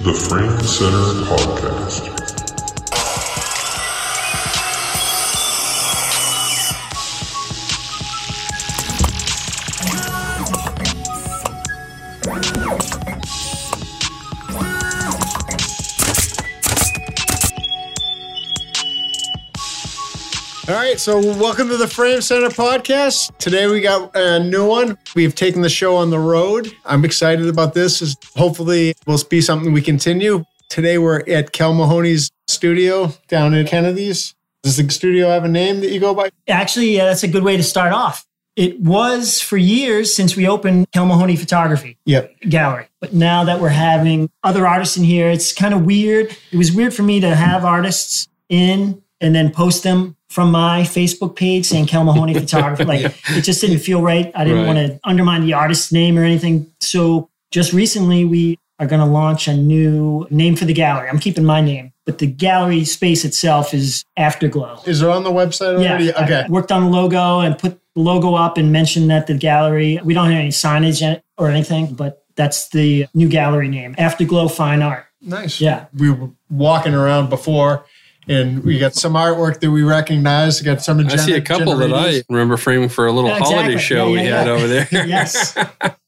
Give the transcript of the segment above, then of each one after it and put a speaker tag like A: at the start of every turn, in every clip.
A: The Frame Center Podcast.
B: All right, so welcome to the Frame Center podcast. Today we got a new one. We've taken the show on the road. I'm excited about this. Is hopefully will be something we continue. Today we're at Kel Mahoney's studio down in Kennedy's. Does the studio have a name that you go by?
C: Actually, yeah, that's a good way to start off. It was for years since we opened Kel Mahoney Photography
B: Yep.
C: Gallery, but now that we're having other artists in here, it's kind of weird. It was weird for me to have artists in and then post them from my Facebook page saying Kel Mahoney Photography. Like it just didn't feel right. I didn't
D: Right.
C: want to undermine the artist's name or anything. So just recently, we are going to launch a new name for the gallery. I'm keeping my name, but the gallery space itself is Afterglow.
B: Is it on the website already?
C: Yeah,
B: okay.
C: I worked on the logo and put the logo up and mentioned that the gallery, we don't have any signage in it or anything, but that's the new gallery name, Afterglow Fine Art.
B: nice.
C: Yeah.
B: We were walking around before and we got some artwork that we recognized. We got some
D: I see a
B: gener-
D: couple that I
B: generators.
D: remember framing for a little
C: Yeah, exactly.
D: holiday show
C: Yeah,
D: we
C: yeah,
D: had
C: yeah.
D: over there.
C: Yes.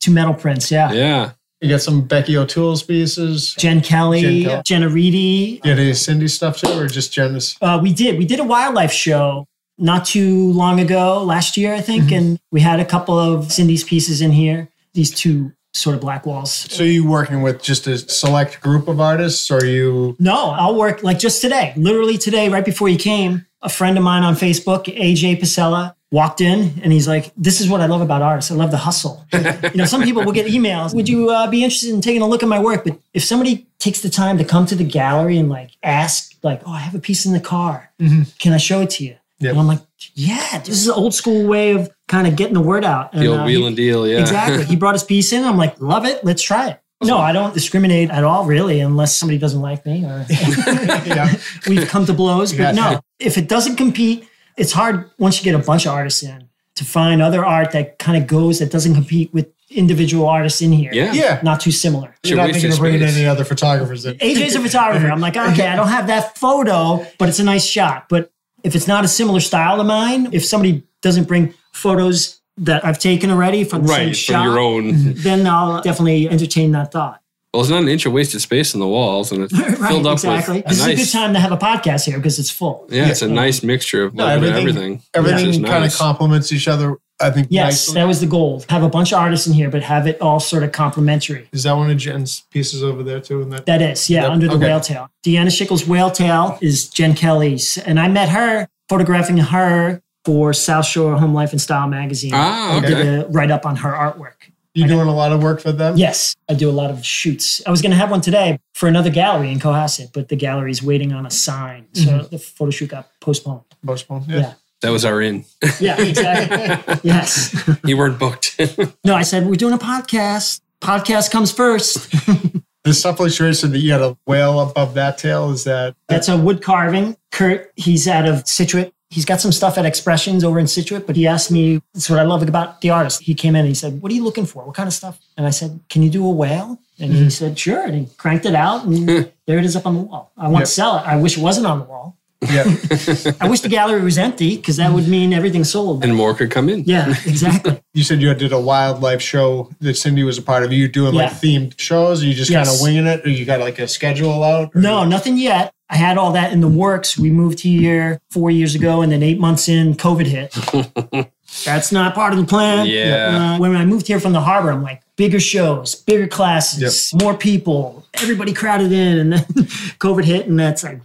C: Two metal prints. Yeah.
D: yeah.
B: You got some Becky O'Toole's pieces.
C: Jen Kelly,
B: Jen Kelly.
C: Jenna Reedy.
B: You got any Cindy stuff too, or just Jen's?
C: Uh, we did. We did a wildlife show not too long ago, last year, I think.
B: Mm-hmm.
C: And we had a couple of Cindy's pieces in here, these two sort of black walls.
B: So you working with just a select group of artists, or you?
C: No, I'll work like just today, literally today, right before you came. A friend of mine on Facebook, AJ Pacella, walked in and he's like, This is what I love about artists. I love the hustle. you know, some people will get emails. Would you uh, be interested in taking a look at my work? But if somebody takes the time to come to the gallery and like ask, like, Oh, I have a piece in the car. Can I show it to you?
B: Yep.
C: And I'm like, Yeah, this is an old school way of kind of getting the word out. And,
D: The old
C: uh, he-
D: wheel and deal. Yeah.
C: Exactly. He brought his piece in. I'm like, love it. Let's try it. No, I don't discriminate at all, really, unless somebody doesn't like me or
B: Yeah.
C: we've come to blows. But
B: Yes.
C: no, if it doesn't compete, it's hard once you get a bunch of artists in to find other art that kind of goes that doesn't compete with individual artists in here.
D: yeah.
B: yeah.
C: Not too similar.
D: Should
B: You're not
D: we
B: thinking of
D: just
B: bringing
D: raise-
B: any other photographers in.
C: AJ's a photographer. I'm like, okay, I don't have that photo, but it's a nice shot. But if it's not a similar style to mine, if somebody doesn't bring photos that I've taken already from the same
D: Right. From
C: shot,
D: your own.
C: then I'll definitely entertain that thought.
D: Well, it's not an inch of wasted space in the walls and it's filled up
C: exactly.
D: with a
C: this
D: nice.
C: is a good time to have a podcast here because it's full.
D: Yeah, it's a nice mixture of
B: No,
D: a little bit of
B: everything-
D: everything. which is
B: Everything kind of
D: nice.
B: complements each other. I think.
C: Yes,
B: nicely.
C: that was the goal. Have a bunch of artists in here, but have it all sort of complementary.
B: Is that one of Jen's pieces over there too? And that.
C: That is, yeah,
B: Yep,
C: under the
B: okay.
C: whale tail. Deanna Schickel's whale tail is Jen Kelly's, and I met her photographing her for South Shore Home Life and Style magazine.
D: Ah,
C: I did
D: okay.
C: a write up on her artwork.
B: You doing a lot of work for them?
C: Yes, I do a lot of shoots. I was going to have one today for another gallery in Cohasset, but the gallery's waiting on a sign, so the photo shoot got postponed.
B: Postpone. Mm-hmm. Yeah.
C: Yeah,
D: That was our in.
C: yeah, exactly. yes.
D: you weren't booked.
C: No, I said, we're doing a podcast. Podcast comes first.
B: The supplementation that you had a whale above that tail is that.
C: That's a wood carving. Kurt, he's out of Situate. He's got some stuff at Expressions over in Situate, but he asked me, that's what I love about the artist. He came in and he said, What are you looking for? What kind of stuff? And I said, Can you do a whale? And he said, Sure. And he cranked it out and there it is up on the wall. I want
B: Yep.
C: to sell it. I wish it wasn't on the wall.
B: Yeah.
C: I wish the gallery was empty because that would mean everything's sold.
D: and more could come in.
C: yeah, exactly.
B: you said you did a wildlife show that Cindy was a part of. Are you doing like
C: Yeah.
B: themed shows? Are you just kind
C: Yes.
B: of winging it, or you got like a schedule out? Or-
C: No, nothing yet. I had all that in the works. We moved here four years ago, and then eight months in, COVID hit. That's not part of the plan.
D: Yeah.
C: Uh, when I moved here from the harbor, I'm like, bigger shows, bigger classes, more people, everybody crowded in, and then COVID hit, and that's like,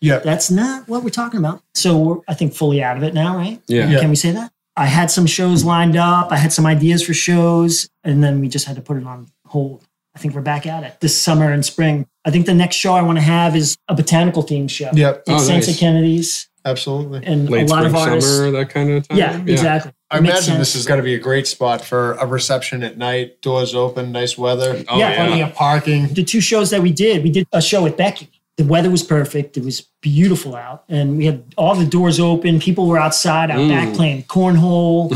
B: Yeah.
C: that's not what we're talking about. So we're, I think, fully out of it now, right?
D: Yeah.
B: Yeah.
C: Can we say that? I had some shows lined up. I had some ideas for shows, and then we just had to put it on hold. I think we're back at it this summer and spring. I think the next show I want to have is a botanical themed show.
B: Yep.
C: It's
D: Oh,
C: Sense
D: nice.
C: of Kennedy's
B: Absolutely.
C: and
D: Late
C: a lot
D: spring,
C: of artists.
D: summer, that kind of time.
C: Yeah, exactly.
B: I
C: Makes
B: imagine this
C: sense.
B: is going to be a great spot for a reception at night, doors open, nice weather,
D: Oh,
C: Yeah,
D: yeah.
B: plenty of parking.
C: the two shows that we did, we did a show with Becky. The weather was perfect. It was beautiful out, and we had all the doors open. People were outside, out back playing cornhole.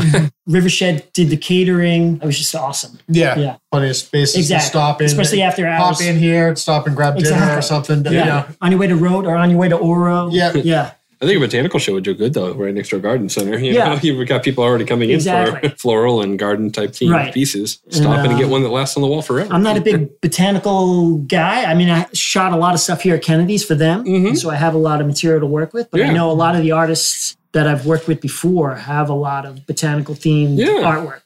C: Rivershed did the catering. It was just awesome.
B: Yeah.
C: Yeah.
B: Plenty of spaces
C: Exactly.
B: to stop in.
C: Especially after hours.
B: Pop in here, stop and grab dinner or
C: Exactly.
B: something. Yeah.
C: On your way to Road or on your way to Oro.
B: Yeah.
C: Yeah.
D: I think a botanical show would do good though, right next to a garden center. You
C: Yeah.
D: know, you've got people already coming
C: Exactly.
D: in for floral and garden type themed
C: Right.
D: pieces. Stop and,
C: um,
D: get one that lasts on the wall forever.
C: I'm not a big botanical guy. I mean, I shot a lot of stuff here at Kennedy's for them. So I have a lot of material to work with. But I
D: Yeah.
C: know a lot of the artists that I've worked with before have a lot of botanical themed
D: Yeah.
C: artwork.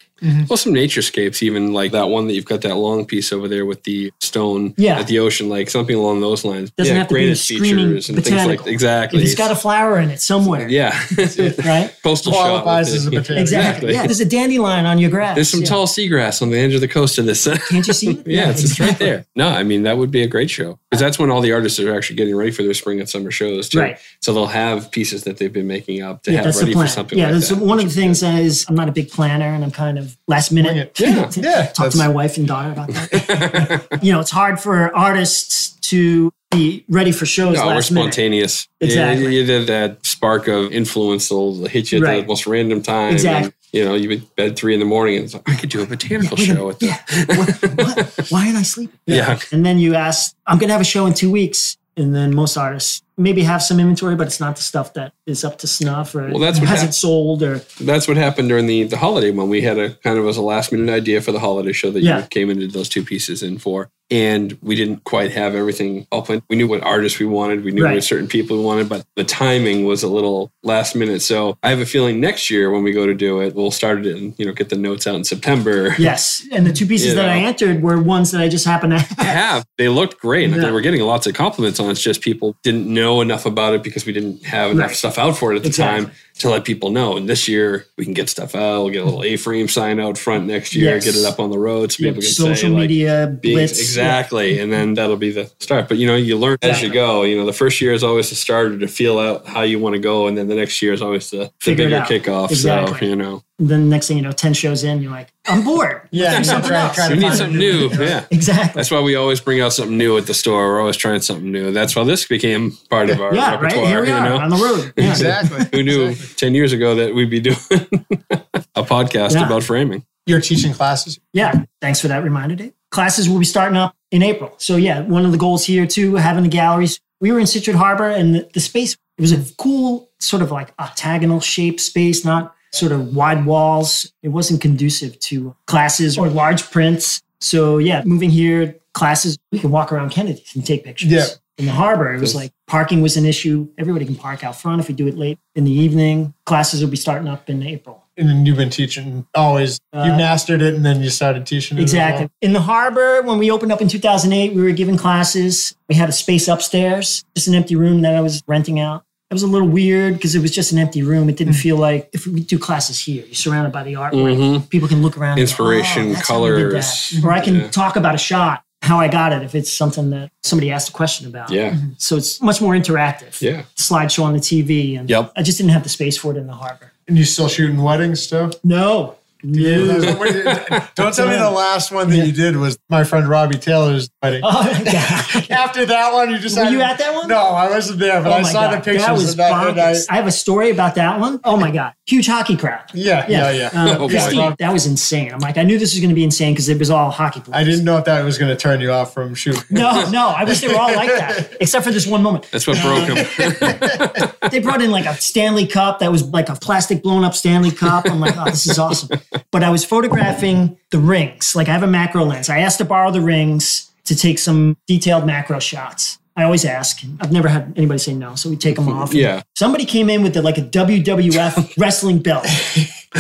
D: Well, some naturescapes, even like that one that you've got that long piece over there with the stone
C: Yeah.
D: at the ocean, like something along those lines.
C: Doesn't
D: yeah,
C: have to be
D: granite
C: screaming
D: features and things like
C: botanical.
D: that. Exactly.
C: If it's got a flower in it somewhere.
D: yeah.
C: Right?
D: Postal shop.
B: Qualifies as a potato.
C: Exactly. Yeah. There's a dandelion on your grass.
D: There's some
C: yeah.
D: tall seagrass on the edge of the coast of this. uh,
C: Can't you see? it?
D: Yeah, it's, it's right there. No, I mean that would be a great show because that's when all the artists are actually getting ready for their spring and summer shows too.
C: Right.
D: So they'll have pieces that they've been making up to
C: Yeah,
D: have
C: that's the
D: ready for
C: plan.
D: something.
C: Yeah,
D: like
C: that's
D: that.
C: one of the things that is I'm not a big planner and I'm kind of last minute.
D: Wing it.
B: Yeah, yeah,
C: Talk
B: that's-
C: to my wife and daughter about that. you know, it's hard for artists to be ready for shows
D: No, we're
C: last minute.
D: spontaneous. Yeah,
C: Exactly.
D: You, did that spark of influence will hit you at
C: Right.
D: the most random time.
C: Exactly.
D: And, you know, you at bed three in the morning and it's like, I could do a botanical
C: Wait a-
D: show with that.
C: yeah. What, what, why aren't I sleeping?
D: Yeah.
C: And then you ask, I'm going to have a show in two weeks. And then most artists maybe have some inventory, but it's not the stuff that is up to snuff or
D: Well, that's what
C: hasn't
D: hap-
C: sold or
D: That's what happened during the, the holiday when we had a kind of as a last minute idea for the holiday show that
C: Yeah.
D: you came into those two pieces in for. And we didn't quite have everything all planned. We knew what artists we wanted, we knew
C: Right.
D: what certain people we wanted, but the timing was a little last minute. So I have a feeling next year when we go to do it, we'll start it and you know get the notes out in September.
C: yes. And the two pieces
D: You
C: that I
D: know.
C: entered were ones that I just happened to have.
D: have. They looked great. and
C: Yeah.
D: They were getting lots of compliments on it. It's just people didn't know enough about it because we didn't have enough
C: Right.
D: stuff out for it at the
C: Exactly.
D: time to let people know. And this year we can get stuff out. We'll get a little A-frame sign out front next year,
C: Yes.
D: get it up on the road so people can
C: social
D: say like,
C: media
D: being-
C: blitz.
D: exactly. And then that'll be the start. But you know, you learn as you
C: Exactly.
D: go. You know, the first year is always the starter to feel out how you want to go, and then the next year is always the, the
C: Figure it
D: bigger
C: out.
D: kickoff. So
C: Exactly.
D: you know,
C: Then next thing you know, 10 shows in, you're like, I'm bored.
B: Yeah,
C: Let's do
B: you
C: something
B: try-
C: else.
B: try to
D: we need
B: find
D: something new. Yeah.
C: Exactly.
D: That's why we always bring out something new at the store. We're always trying something new. That's why this became part of our
C: Yeah, right.
D: repertoire.
C: Here we
D: you
C: are
D: know,
C: on the road. Yeah.
B: Exactly.
D: who knew ten years ago that we'd be doing a podcast
C: Yeah.
D: about framing?
B: You're teaching classes.
C: Yeah. Thanks for that reminder, Dave. Classes will be starting up in April. So, yeah, one of the goals here too, having the galleries. We were in Situate Harbor and the, the space, it was a cool sort of like octagonal shape space, not sort of wide walls. It wasn't conducive to classes or large prints. So, yeah, moving here, classes, we can walk around Kennedy and take pictures.
B: Yeah.
C: In the harbor, it was like parking was an issue. Everybody can park out front if we do it late in the evening. Classes will be starting up in April.
B: And then you've been teaching always. you
C: Uh,
B: mastered it and then you started teaching it. as well.
C: Exactly. In the harbor, when we opened up in 2008, we were giving classes. We had a space upstairs, just an empty room that I was renting out. It was a little weird because it was just an empty room. It
D: Hmm.
C: didn't feel like if we do classes here, you're surrounded by the artwork.
D: Mhm.
C: People can look around. and go,
D: Inspiration,
C: "Oh, that's how we did that."
D: colors.
C: Or I can
D: Yeah.
C: talk about a shot, how I got it, if it's something that somebody asked a question about. Mm-hmm.
D: Yeah,
C: So it's much more interactive.
D: yeah.
C: Slideshow on the TV. And
D: Yep.
C: I just didn't have the space for it in the harbor.
B: And you still shooting weddings still?
C: No. No.
B: Don't tell me the last one that you did was my friend Robbie Taylor's wedding.
C: oh, God.
B: After that one, you decided.
C: you at that one?
B: No, I wasn't there, but
C: Oh
B: I
C: my
B: saw
C: God,
B: the pictures
C: That was
B: of that. and I,
C: bonkers. I have a story about that one. Oh my god, huge hockey crowd.
B: yeah, yeah, yeah.
C: Uh,
D: Oh, boy.
C: Christine, that was insane. I'm like, I knew this was going to be insane because it was all hockey
B: I
C: players.
B: didn't know if that was going to turn you off from shooting.
C: No, no, I wish they were all like that, except for this one moment.
D: That's what broke him.
C: They brought in like a Stanley Cup that was like a plastic blown up Stanley Cup. I'm like, oh, this is awesome. But I was photographing the rings. Like, I have a macro lens. I asked to borrow the rings to take some detailed macro shots. I always ask. I've never had anybody say no, so we take them off.
D: yeah,
C: Somebody came in with the, like a WWF wrestling belt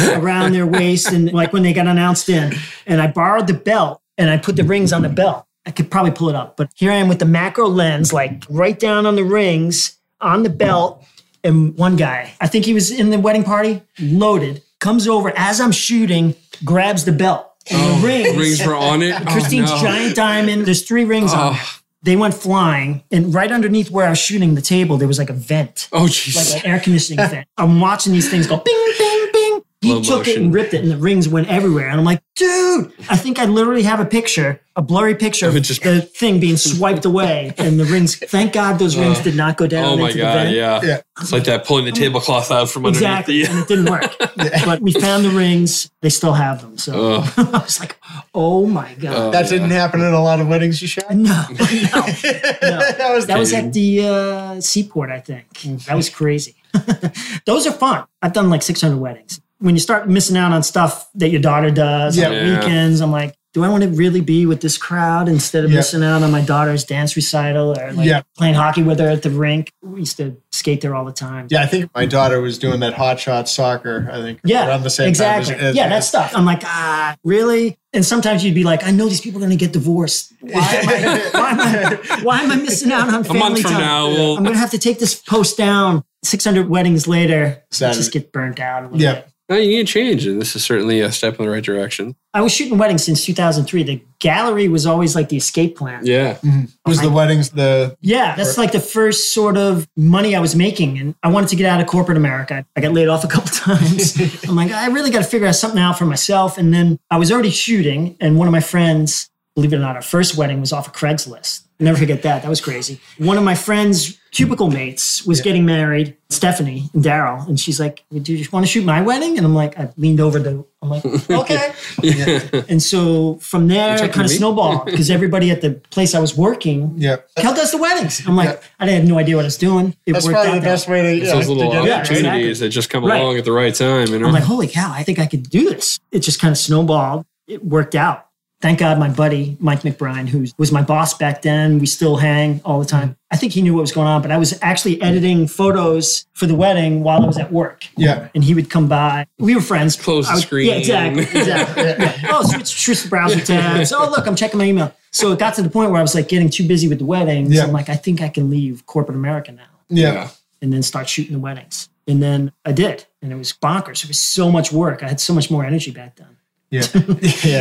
C: around their waist, and like when they got announced in, and I borrowed the belt and I put the rings on the belt. I could probably pull it up, but here I am with the macro lens, like right down on the rings on the belt. And one guy, I think he was in the wedding party, loaded, comes over as I'm shooting, grabs the belt and the rings.
D: Oh, rings were on it.
C: Christine's
D: oh, no.
C: giant diamond. There's three rings on there.
D: Oh,
C: They went flying, and right underneath where I was shooting the table, there was like a vent
D: oh jeez.
C: like an air conditioning fan. I'm watching these things go bing, bing, bing. He
D: Slow
C: took it
D: motion.
C: and ripped it, and the rings went everywhere. And I'm like, dude, I think I literally have a picture, a blurry picture
D: Of it
C: of
D: just-
C: the thing being swiped away, and the rings. Thank God those rings
D: Oh.
C: did not go down
D: Oh my
C: into the
D: god,
C: vent.
D: yeah.
B: Yeah.
D: It's like that pulling the tablecloth out from underneath
C: Exactly, and
D: the
C: it didn't work. But we found the rings; they still have them. So
D: Oh.
C: I was like, "Oh my god,
D: Oh,
B: That
D: yeah.
B: didn't happen at a lot of weddings you shot.
C: no!"
B: that was
C: That was at the uh, seaport, I
B: Mm.
C: think. That was crazy. Those are fun. I've done like 600 weddings. When you start missing out on stuff that your daughter does on
D: Yeah.
C: weekends, I'm like, do I want to really be with this crowd instead of
B: Yeah.
C: missing out on my daughter's dance recital or like
B: Yeah.
C: playing hockey with her at the rink? We used to skate there all the time.
B: Yeah, I think my daughter was doing that hot shot soccer. I think
C: Yeah,
B: around the same
C: exactly.
B: time. as- as-
C: yeah, that stuff. I'm like, ah, really? And sometimes you'd be like, I know these people are going to get divorced. Why am, I, why, am I, why am I missing out on
D: A
C: family
D: month from
C: time?
D: now, we'll-
C: I'm going to have to take this post down. 600 weddings later,
B: Saturday.
C: just get burnt out a little
B: Yeah.
C: bit.
D: No, you need a change, and this is certainly a step in the right direction.
C: I was shooting weddings since 2003. The gallery was always like the escape plan.
D: Yeah.
B: was the weddings the
C: Yeah, that's like the first sort of money I was making. And I wanted to get out of corporate America. I got laid off a couple times. I'm like, I really got to figure out something out for myself. And then I was already shooting, and one of my friends, believe it or not, our first wedding was off of Craigslist. I'll never forget that. That was crazy. One of my friends' cubicle mates was getting married, Stephanie and Daryl. And she's like, Do you want to shoot my wedding? And I'm like, I leaned over to, I'm like, okay. And so from there,
D: You're
C: it kind
D: talking
C: of
D: to me?
C: snowballed because everybody at the place I was working
B: yeah.
C: Cal does the weddings. I'm like, I didn't have no idea what I was doing. It
B: That's
C: worked
B: probably
C: out
B: the
C: that
B: best
C: way.
B: way to,
D: It's
B: yeah,
D: those little
B: to get
C: Yeah,
D: opportunities
B: it.
C: exactly.
D: that just come
C: Right.
D: along at the right time. You know?
C: I'm like, holy cow, I think I could do this. It just kind of snowballed. It worked out. Thank God my buddy, Mike McBride, who was my boss back then, we still hang all the time. I think he knew what was going on, but I was actually editing photos for the wedding while I was at work.
B: Yeah.
C: And he would come by. We were friends.
D: Close the
C: I would-
D: screen.
C: Yeah, exactly. exactly. Yeah. Oh, switch, switch the browser tabs. Oh, look, I'm checking my email. So it got to the point where I was like getting too busy with the weddings.
B: Yeah.
C: I'm like, I think I can leave corporate America now
B: Yeah.
C: and then start shooting the weddings. And then I did. And it was bonkers. It was so much work. I had so much more energy back then.
B: Yeah. yeah.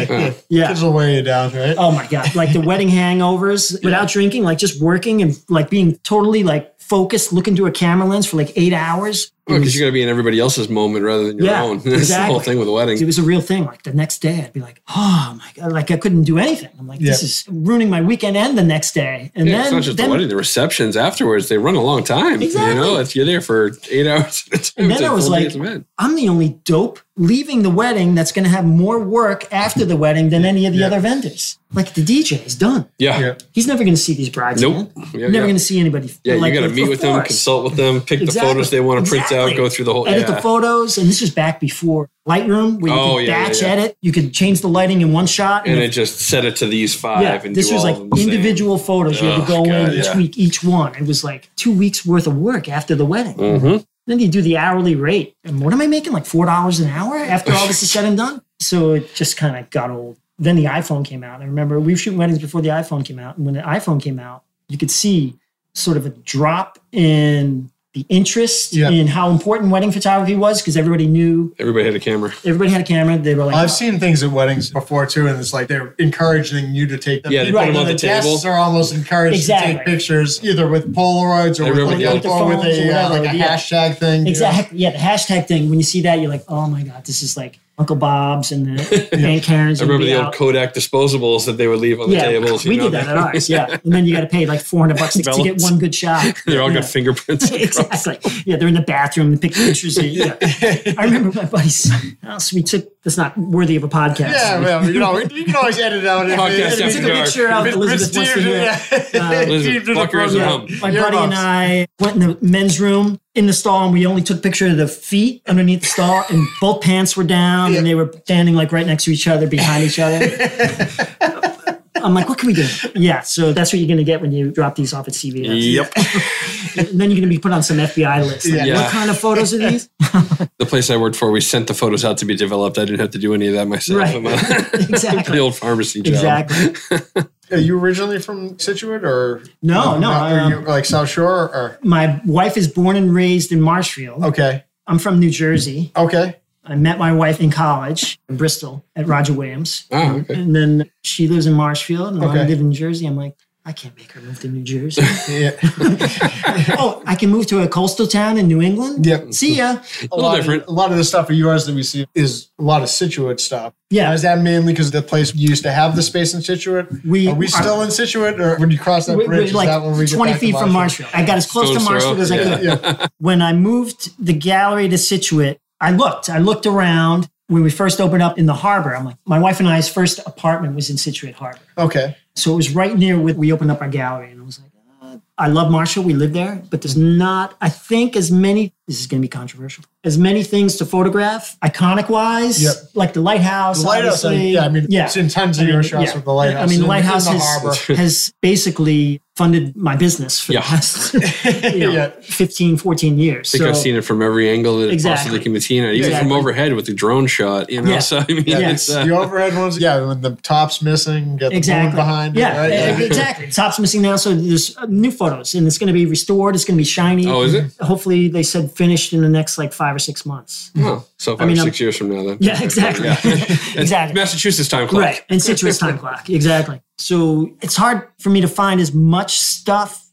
B: yeah.
C: Yeah.
B: Kids will wear you down, right?
C: Oh my God. Like the wedding hangovers without drinking, like just working and like being totally like focused, looking through a camera lens for like eight hours. It
D: Because
C: was-
D: Oh, you got to be in everybody else's moment rather than your
C: Yeah,
D: own. That's the whole
C: exactly.
D: thing with weddings.
C: it was a real thing. Like the next day, I'd be like, "Oh my god!" Like I couldn't do anything. I'm like, "This
B: Yeah.
C: is ruining my weekend and the next day." And
D: Yeah,
C: then,
D: it's not just
C: then-
D: the wedding; the receptions afterwards they run a long time.
C: Exactly.
D: You know, it's, you're there for eight hours. At a time.
C: And
D: It's
C: then
D: a
C: I was
D: full day
C: like-
D: at the event.
C: I'm the only dope leaving the wedding that's going to have more work after the wedding than any of the
B: Yeah.
C: other vendors. Like the DJ is done.
D: yeah,
B: Yeah.
C: He's never going to see these brides.
D: nope,
C: again.
D: yeah,
C: never
D: yeah.
C: going to see anybody.
D: Yeah,
C: like
D: you got to meet with them,
C: before.
D: consult with them, pick
C: Exactly.
D: the photos they want to print
C: Exactly.
D: out, go through the whole.
C: Edit
D: yeah.
C: the photos, and this was back before Lightroom, where you
D: Oh,
C: could
D: yeah, yeah,
C: batch
D: yeah.
C: edit. You could change the lighting in one shot,
D: and
C: and,
D: I just set it to these five.
C: yeah,
D: and
C: this
D: do
C: was
D: all
C: like
D: of them the same.
C: individual photos. You had to
D: Ugh,
C: go
D: God,
C: in each
D: yeah.
C: week, each one. It was like two weeks worth of work after the wedding.
D: Mhm.
C: Then you do the hourly rate, and what am I making? Like four dollars an hour after all this is said and done. So it just kind of got old. Then the iPhone came out. I remember we were shooting weddings before the iPhone came out, and when the iPhone came out, you could see sort of a drop in the interest
B: Yeah.
C: in how important wedding photography was because everybody knew
D: Everybody had a camera.
C: everybody had a camera. They were like, "Oh,
B: I've seen things at weddings before too, and it's like they're encouraging you to take them.
D: Yeah, they put
B: Right,
D: them on
B: and
D: the table.
B: Guests are almost encouraged
C: Exactly.
B: to take pictures either with Polaroids
D: I
B: or
D: remember
B: with,
D: the
B: like,
D: old-
B: or with
C: phones or
B: a uh,
C: whatever,
B: like a
C: yeah.
B: hashtag thing.
C: Exactly. Yeah, the hashtag thing. When you see that, you're like, oh my god, this is like Uncle Bob's and the Aunt Karen's.
D: I
C: and
D: remember the
C: be
D: old
C: out.
D: Kodak disposables that they would leave on the
C: yeah,
D: tables. you
C: we
D: know,
C: did that at ours. Yeah, and then you got to pay like 400 bucks to, to get
D: Envelopes.
C: one good shot.
D: They're all
C: yeah.
D: got fingerprints.
C: Exactly. Yeah, they're in the bathroom and pick pictures. Of, yeah. I remember my buddy's house. We took that's not worthy of a podcast.
B: Yeah, well, you know, you can always edit out if-
D: Podcast
B: if- if-
D: after
C: took a
D: dark.
C: picture out.
B: if- if
C: Elizabeth wants to
B: Steve-
C: hear it.
B: yeah.
C: Um,
D: Elizabeth,
B: Steve did
D: fuck
B: the
D: her as a
B: program.
D: hump.
C: My
B: Your
C: buddy and
B: boss.
C: I went in the men's room in the stall, and we only took picture of the feet underneath the stall, and both pants were down, and they were standing like right next to each other, behind each other. I'm like, what can we do? Yeah, so that's what you're gonna get when you drop these off at CVS.
D: Yep.
C: And then you're gonna be put on some FBI list. Like,
D: Yeah.
C: What kind of photos are these?
D: the place I worked for, we sent the photos out to be developed. I didn't have to do any of that myself.
C: Right.
D: I'm a-
C: Exactly.
D: the old pharmacy job.
C: Exactly.
B: Are you originally from Situate or
C: No, no. I,
B: Are
C: um,
B: you like South Shore or
C: My wife is born and raised in Marshfield.
B: okay,
C: I'm from New Jersey.
B: okay,
C: I met my wife in college in Bristol at Roger Williams.
D: Oh, okay.
C: And then she lives in Marshfield and I
B: Okay.
C: live in Jersey. I'm like, I I can't make her move to New Jersey.
B: Yeah.
C: oh, I can move to a coastal town in New England.
B: Yep.
C: See ya.
B: A
D: little
B: lot
D: different.
B: Of, a lot of the stuff of yours that we see is a lot of Situate stuff. Now,
C: Yeah,
B: Is that mainly because the place you used to have the space in Situate?
C: we
B: Are we still in Situate, or when you cross that
C: we- we're
B: bridge, is that when we
C: like
B: get
C: twenty
B: back to
C: feet from Marshfield. I got as close to
D: Stone's throw,
C: Marshfield as I could.
B: Yeah.
C: when I moved the gallery to Situate, I looked, I looked around when we first opened up in the harbor. I'm like, my wife and I's first apartment was in Situate Harbor.
B: Okay.
C: So it was right near where we opened up our gallery. And I was like, uh, I love Marshall. We live there, but there's not, I think, as many, this is going to be controversial, as many things to photograph, iconic wise,
B: Yep.
C: like the lighthouse.
B: The lighthouse, I,
C: obviously.
B: yeah, I mean,
C: yeah.
B: it's in tons of
C: I mean,
B: your shots
C: yeah.
B: with the lighthouse.
C: I mean,
B: in- in
C: lighthouse
B: the
C: has-
B: harbor.
C: has basically funded my business for
D: Yeah.
C: the past you know,
B: Yeah.
C: 15, 14 years.
D: I think I've seen it from every angle that it
C: Exactly.
D: possibly can be seen, at, even
C: Exactly.
D: from overhead with the drone shot. You know,
C: Yeah.
D: so I mean,
C: Yeah.
D: it's, uh,
B: the overhead ones, yeah, when the top's missing, get the moon
C: exactly
B: behind
C: yeah,
B: it. right?
C: e- exactly top's missing now so there's uh, new photos and it's going to be restored it's going to be shiny
D: oh, is it?
C: hopefully they said finished in the next like five or six months
D: Oh, so five
C: mean,
D: or
C: I'm-
D: 6 years from now, then.
C: yeah exactly exactly
D: Massachusetts time clock.
C: right and situates time clock exactly so it's hard for me to find as much stuff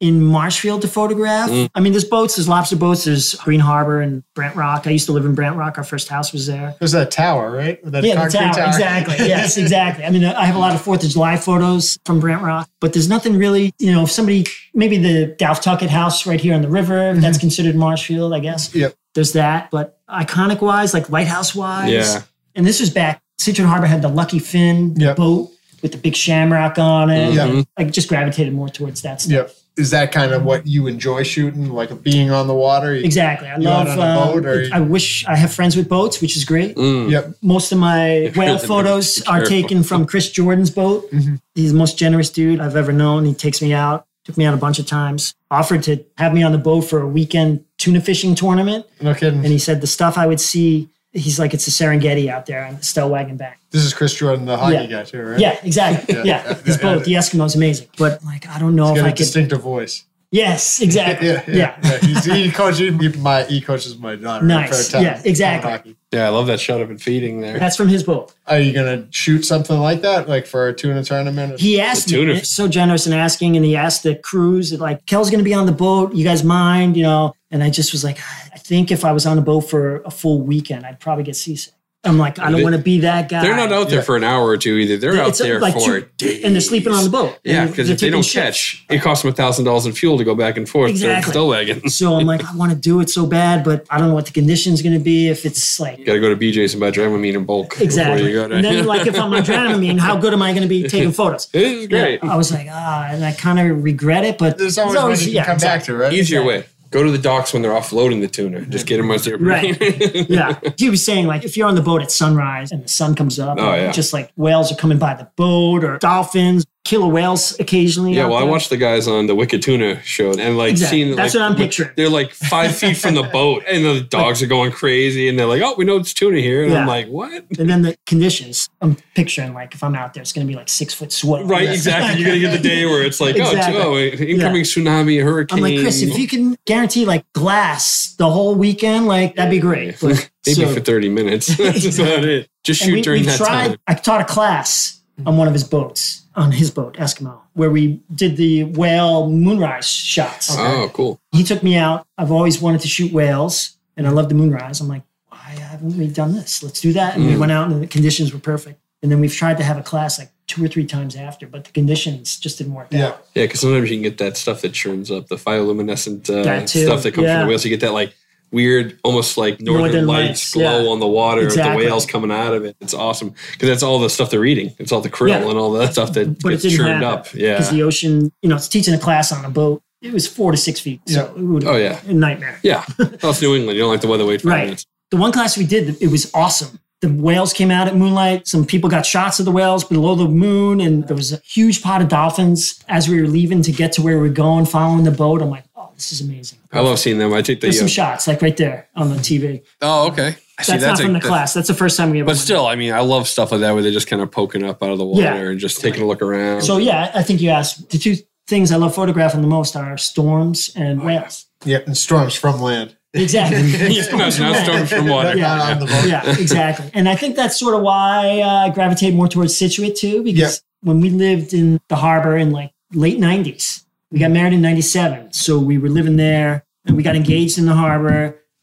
C: in Marshfield to photograph.
D: Mm.
C: I mean, there's boats, there's lobster boats, there's Green Harbor and Brent Rock. I used to live in Brent Rock. Our first house was there.
B: There's that tower, right? That
C: Yeah, the
B: concrete
C: tower. Exactly. Yes, exactly. I mean, I have a lot of Fourth of July photos from Brant Rock, but there's nothing really, you know, if somebody, maybe the Dalftucket house right here on the river, that's considered Marshfield, I guess.
B: Mm-hmm. Yep.
C: There's that. But iconic wise, like lighthouse wise.
D: Yeah.
C: And this was back, Citron Harbor had the Lucky Fin
B: Yep. Mm-hmm.
C: boat with the big shamrock on it.
B: Yeah.
C: I just gravitated more towards that stuff.
B: Yep. Is that kind of what you enjoy shooting, like being on the water? You-
C: Exactly. I
B: You
C: love.
B: out on a
C: um,
B: boat or-
C: I wish I have friends with boats, which is great.
D: Mm.
B: Yep.
C: most of my whale
D: Be
C: photos are
D: careful.
C: taken from Chris Jordan's boat.
B: Mm-hmm.
C: He's the most generous dude I've ever known. He takes me out, took me out a bunch of times, offered to have me on the boat for a weekend tuna fishing tournament.
B: No
C: And
B: kidding.
C: he said the stuff I would see, he's like, it's the Serengeti out there on the Stellwagen Bank.
B: This is Chris Jordan, the hockey
C: Yeah.
B: guy, too, right?
C: Yeah, exactly.
B: Yeah,
C: Yeah,
B: yeah,
C: his
B: yeah,
C: boat,
B: yeah.
C: the Eskimo's amazing. But like, I don't know
B: He's
C: if
B: got
C: I
B: a
C: could.
B: distinctive voice.
C: yes, exactly.
B: Yeah, yeah. yeah. He's, he coaches he- my he coaches my daughter.
C: Nice.
B: for town-
C: Yeah, exactly.
B: town hockey.
D: Yeah, I love that shot of it feeding there.
C: That's from his boat.
B: Are you gonna shoot something like that, like for a tuna tournament?
C: He asked
D: The
C: me,
D: tuna.
C: it's so generous in asking, and he asked the crews, like, Kel's going to be on the boat. You guys mind, you know? And I just was like, I think if I was on the boat for a full weekend, I'd probably get seasick. I'm like, I don't
D: They-
C: want to be that guy.
D: They're not out there
B: Yeah.
D: for an hour or two either. They're out
C: It's, uh,
D: there
C: like
D: for
C: two- and they're sleeping on the boat.
D: Yeah,
C: And
D: because
C: they're
D: if they
C: taking
D: don't
C: shifts.
D: catch, it costs them a thousand dollars in fuel to go back and forth
C: Exactly.
D: to Stellwagen.
C: So I'm like, I want to do it so bad, but I don't know what the condition's going to be. If it's like,
D: Got to go to BJ's and buy Dramamine in bulk before
C: exactly.
D: you go to.
C: and then, like, if I'm on Dramamine, how good am I going to be taking photos?
D: this is great.
C: I was like, ah, and I kind of regret it, but
B: There's always, one you can
C: yeah,
B: come
C: exactly.
B: back to, right?
D: Easier way. Go to the docks when they're offloading the tuna. Just get them as they're
C: Right. yeah. He was saying, like, if you're on the boat at sunrise and the sun comes up,
D: Oh, yeah.
C: just like whales are coming by the boat or dolphins, killer whales occasionally.
D: Yeah,
C: out
D: well, I
C: there.
D: watched the guys on the Wicked Tuna show and like
C: Exactly.
D: seeing
C: That's
D: like,
C: what I'm
D: the-
C: picturing.
D: They're like five feet from the boat, and the dogs are going crazy, and they're like, "Oh, we know it's tuna here," and
C: Yeah.
D: I'm like, "What?"
C: And then the conditions, I'm picturing, like, if I'm out there, it's going to be like six foot swell.
D: Right, exactly. You're gonna get the day where it's like,
C: Exactly.
D: "Oh, oh, incoming tsunami,
C: I'm
D: hurricane."
C: like, Chris, if you can guarantee like glass the whole weekend, like, that'd be great. But,
D: maybe
C: so-
D: for 30 minutes, that's about it. Just
C: And
D: shoot during
C: we've
D: that
C: tried,
D: time.
C: I taught a class on one of his boats, on his boat, Eskimo, where we did the whale moonrise shots.
D: Oh, cool.
C: he took me out. I've always wanted to shoot whales and I love the moonrise. I'm like, why haven't we done this? Let's do that.
D: Mm.
C: And we went out and the conditions were perfect. And then we've tried to have a class like two or three times after, but the conditions just didn't work
B: Yeah.
C: out.
D: Yeah, because sometimes you can get that stuff that churns up the bioluminescent uh,
C: That too,
D: stuff that comes from
C: yeah.
D: the whales. You get that like weird, almost like northern,
C: Northern
D: lights
C: lights,
D: glow
C: yeah.
D: on the water with
C: Exactly.
D: the whales coming out of it. It's awesome because that's all the stuff they're eating. It's all the krill
C: Yeah.
D: and all that stuff that
C: But it
D: gets
C: didn't
D: churned
C: happen
D: up. Yeah,
C: Because the ocean, you know, it's teaching a class on a boat. It was four to six feet. So
B: Yeah.
C: it would
D: Oh, yeah.
C: a nightmare.
D: yeah. Well, it's New England. You don't like the weather wait five
C: Right.
D: minutes.
C: The one class we did, it was awesome. The whales came out at moonlight. Some people got shots of the whales below the moon, and there was a huge pot of dolphins as we were leaving to get to where we are going, following the boat. I'm like, oh, this is amazing.
D: I love seeing them. I take the
C: There's
D: uh,
C: some shots, like right there on the TV.
D: oh, okay. I see,
C: That's, not
D: a-
C: from the class. That's the first time we ever.
D: But
C: went.
D: still, I mean, I love stuff like that where they're just kind of poking up out of the water
C: Yeah.
D: and just taking a look around.
C: So yeah, I think you asked. The two things I love photographing the most are storms and whales.
B: Yeah, and storms from land.
C: Exactly.
D: yeah, no, no storms from water.
B: Not on the boat.
C: yeah, exactly. And I think that's sort of why uh, I gravitate more towards Situate too, because when we lived in the harbor in like late 90s. We got married in 97. So we were living there and we got engaged in the harbor.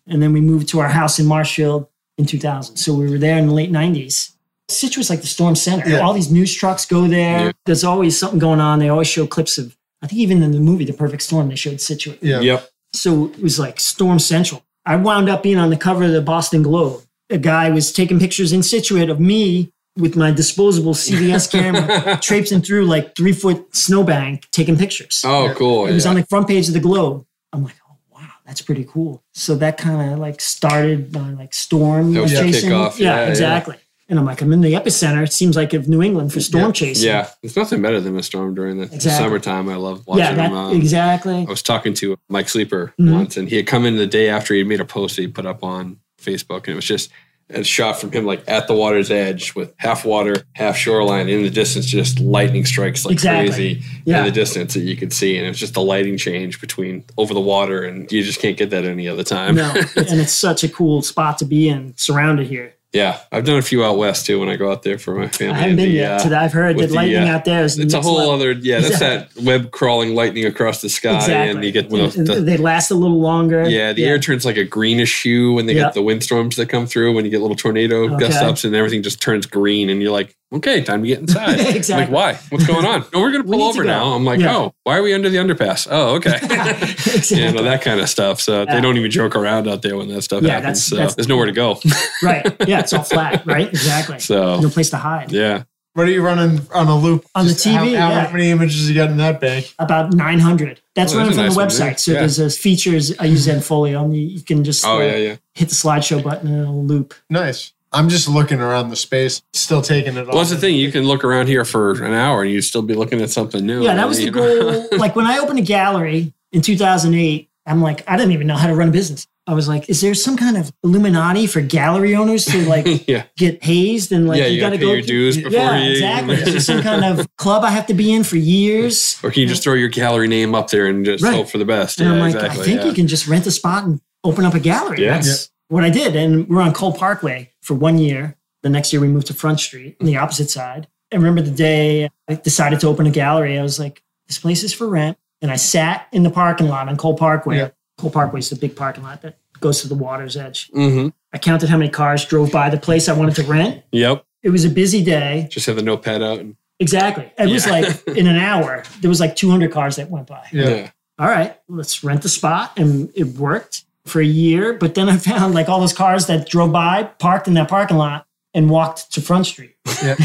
C: And then we moved to our house in Marshfield in 2000. So we were there in the late 90s. Situate's like the storm center.
B: Yeah.
C: All these news trucks go there.
D: Yeah.
C: There's always something going on. They always show clips of, I think even in the movie, The Perfect Storm, they showed Situate.
B: Yeah.
D: Yep.
C: So it was like Storm Central. I wound up being on the cover of the Boston Globe. A guy was taking pictures in Situate of me with my disposable CVS camera traipsing through like three foot snowbank taking pictures.
D: Oh, cool.
C: it was
D: yeah.
C: on the front page of the Globe. I'm like, oh wow, that's pretty cool. So that kind of like started my like storm
D: That was your
C: chasing.
D: kickoff.
C: Yeah,
D: Yeah, yeah.
C: exactly. And I'm like, I'm in the epicenter. It seems like of New England for storm
B: Yeah.
C: chasing.
D: yeah, there's nothing better than a storm during the
C: Exactly.
D: summertime. I love watching
C: yeah,
D: them.
C: that,
D: um,
C: exactly.
D: I was talking to uh, Mike Sleeper
C: Mhm.
D: once, and he had come in the day after he had made a post that he put up on Facebook, and it was just a shot from him like at the water's edge with half water, half shoreline, in the distance, just lightning strikes like
C: Exactly.
D: crazy
C: Yeah.
D: in the distance that you could see, and it was just the lighting change between over the water, and you just can't get that any other time.
C: No, and it's such a cool spot to be in, surrounded here.
D: yeah, I've done a few out west too when I go out there for my family.
C: I haven't been
D: The,
C: yet.
D: uh,
C: to that. I've heard
D: with
C: that
D: the,
C: lightning
D: uh,
C: out there is
D: It's a
C: next
D: whole
C: level.
D: other yeah. That's that web crawling lightning across the sky, and you get one of
C: And
D: the,
C: they last a little longer.
D: Yeah, the air turns like a greenish hue when they
C: Yeah.
D: get the windstorms that come through. When you get little tornado
C: Okay.
D: gust ups and everything just turns green, and you're like, okay, time to get inside.
C: Exactly.
D: I'm like, why? What's going on? No, we're gonna
C: We
D: pull
C: need
D: over
C: to go.
D: now. I'm like,
C: Yeah.
D: oh, why are we under the underpass? Oh, okay.
C: Exactly.
D: You know that kind of stuff. So
C: Yeah.
D: they don't even joke around out there when that stuff
C: Yeah, that's-
D: happens. So
C: that's-
D: there's nowhere to go.
C: right. Yeah, it's all flat. Right. Exactly.
D: So
C: no place to hide.
D: yeah,
B: What are you running on a loop?
C: On the
B: Just how-
C: TV,
B: How,
C: yeah.
B: many images you got in that bank?
C: About 900. That's
D: Oh,
C: running
D: that's a
C: from the
D: nice one, yeah.
C: website. So
D: Yeah.
C: there's those features. I use Zenfolio, and you, you can just
D: oh
C: uh,
D: yeah, yeah.
C: hit the slideshow button and it'll loop.
B: Nice. I'm just looking around the space, still taking it all.
D: Well, that's the thing. You can look around here for an hour and you'd still be looking at something new.
C: Yeah, that was the
D: you know?
C: goal. like when I opened a gallery in 2008, I'm like, I didn't even know how to run a business. I was like, is there some kind of Illuminati for gallery owners to like
D: yeah,
C: get hazed and like
D: Yeah,
C: you,
D: you
C: gotta,
D: gotta pay
C: go
D: your dues before
C: yeah,
D: you-
C: exactly. Is there some kind of club I have to be in for years?
D: or can you just throw your gallery name up there and just
C: Right.
D: hope for the best?
C: And
D: yeah,
C: I'm like,
D: exactly.
C: I think
D: yeah.
C: you can just rent a spot and open up a gallery.
D: Yeah.
C: That's what I did. And we we're on Cole Parkway for one year. The next year we moved to Front Street on the opposite side. I remember the day I decided to open a gallery. I was like, this place is for rent. And I sat in the parking lot on Cole Parkway.
B: Yeah.
C: Cole Parkway is the big parking lot that goes to the water's edge.
D: Mm-hmm.
C: I counted how many cars drove by the place I wanted to rent.
D: Yep.
C: It was a busy day.
D: Just have the notepad out. And,
C: Exactly. It was
D: Yeah.
C: like in an hour, there was like 200 cars that went by.
B: Yeah.
C: All right, let's rent the spot. And it worked for a year. But then I found like all those cars that drove by, parked in that parking lot and walked to Front Street.
B: Yeah.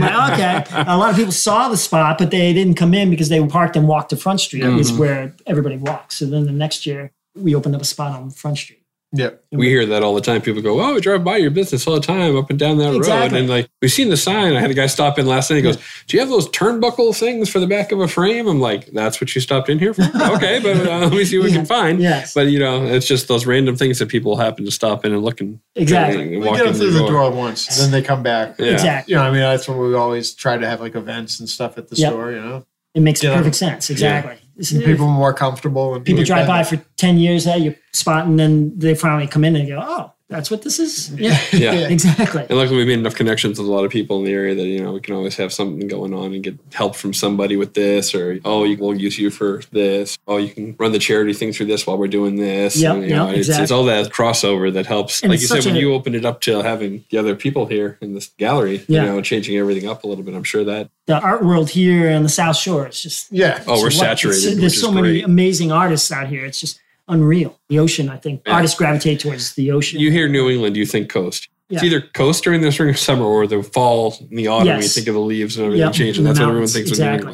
C: like, okay. A lot of people saw the spot, but they didn't come in because they parked and walked to Front Street is
B: Mm-hmm.
C: where everybody walks. So then the next year we opened up a spot on Front Street.
B: Yeah.
D: We hear that all the time. People go, Oh, we drive by your business all the time up and down that
C: Exactly.
D: road. And like, we've seen the sign. I had a guy stop in last night. He goes, Do you have those turnbuckle things for the back of a frame? I'm like, That's what you stopped in here for? okay, but uh, let me see what we
C: Yeah.
D: can find.
C: Yes.
D: But you know, it's just those random things that people happen to stop in and look and
C: Exactly.
D: and
B: We
D: walk
B: get them
D: in
B: through the door once, then they come back.
D: Yeah.
C: Exactly.
B: You know, I mean, that's what we always try to have like events and stuff at the
C: Yeah.
B: store, you know?
C: It makes
B: Yeah.
C: perfect sense. Exactly. Isn't
B: And
C: it-
B: people more comfortable and
C: Mm-hmm. people drive by for 10 years at your spot and then they finally come in and go oh that's what this is yeah
D: Yeah.
C: exactly
D: And luckily, we made enough connections with a lot of people in the area that you know we can always have something going on and get help from somebody with this, or oh, you will use you for this. Oh, you can run the charity thing through this while we're doing this.
C: Yep,
D: And, you
C: yep,
D: know, it's, it's
C: exactly.
D: all that crossover that helps.
C: And
D: like
C: it's
D: you said,
C: such
D: when
C: a-
D: you opened it up to having the other people here in this gallery,
C: Yeah.
D: you know, changing everything up a little bit, I'm sure that
C: the art world here on the south shore it's just
B: Yeah.
D: oh, we're
C: it's what- it's-
D: saturated. which
C: there's
D: is
C: so many
D: great.
C: amazing artists out here it's just unreal the ocean i think
D: Yeah.
C: artists gravitate towards the ocean
D: You hear New England, you think coast. It's
C: Yeah.
D: either coast during the spring or summer, or the fall and the autumn. You
C: Yes.
D: think of the leaves and everything
C: Yep, and
D: changing.
C: the
D: That's what
C: mountains,
D: everyone thinks of New
C: exactly.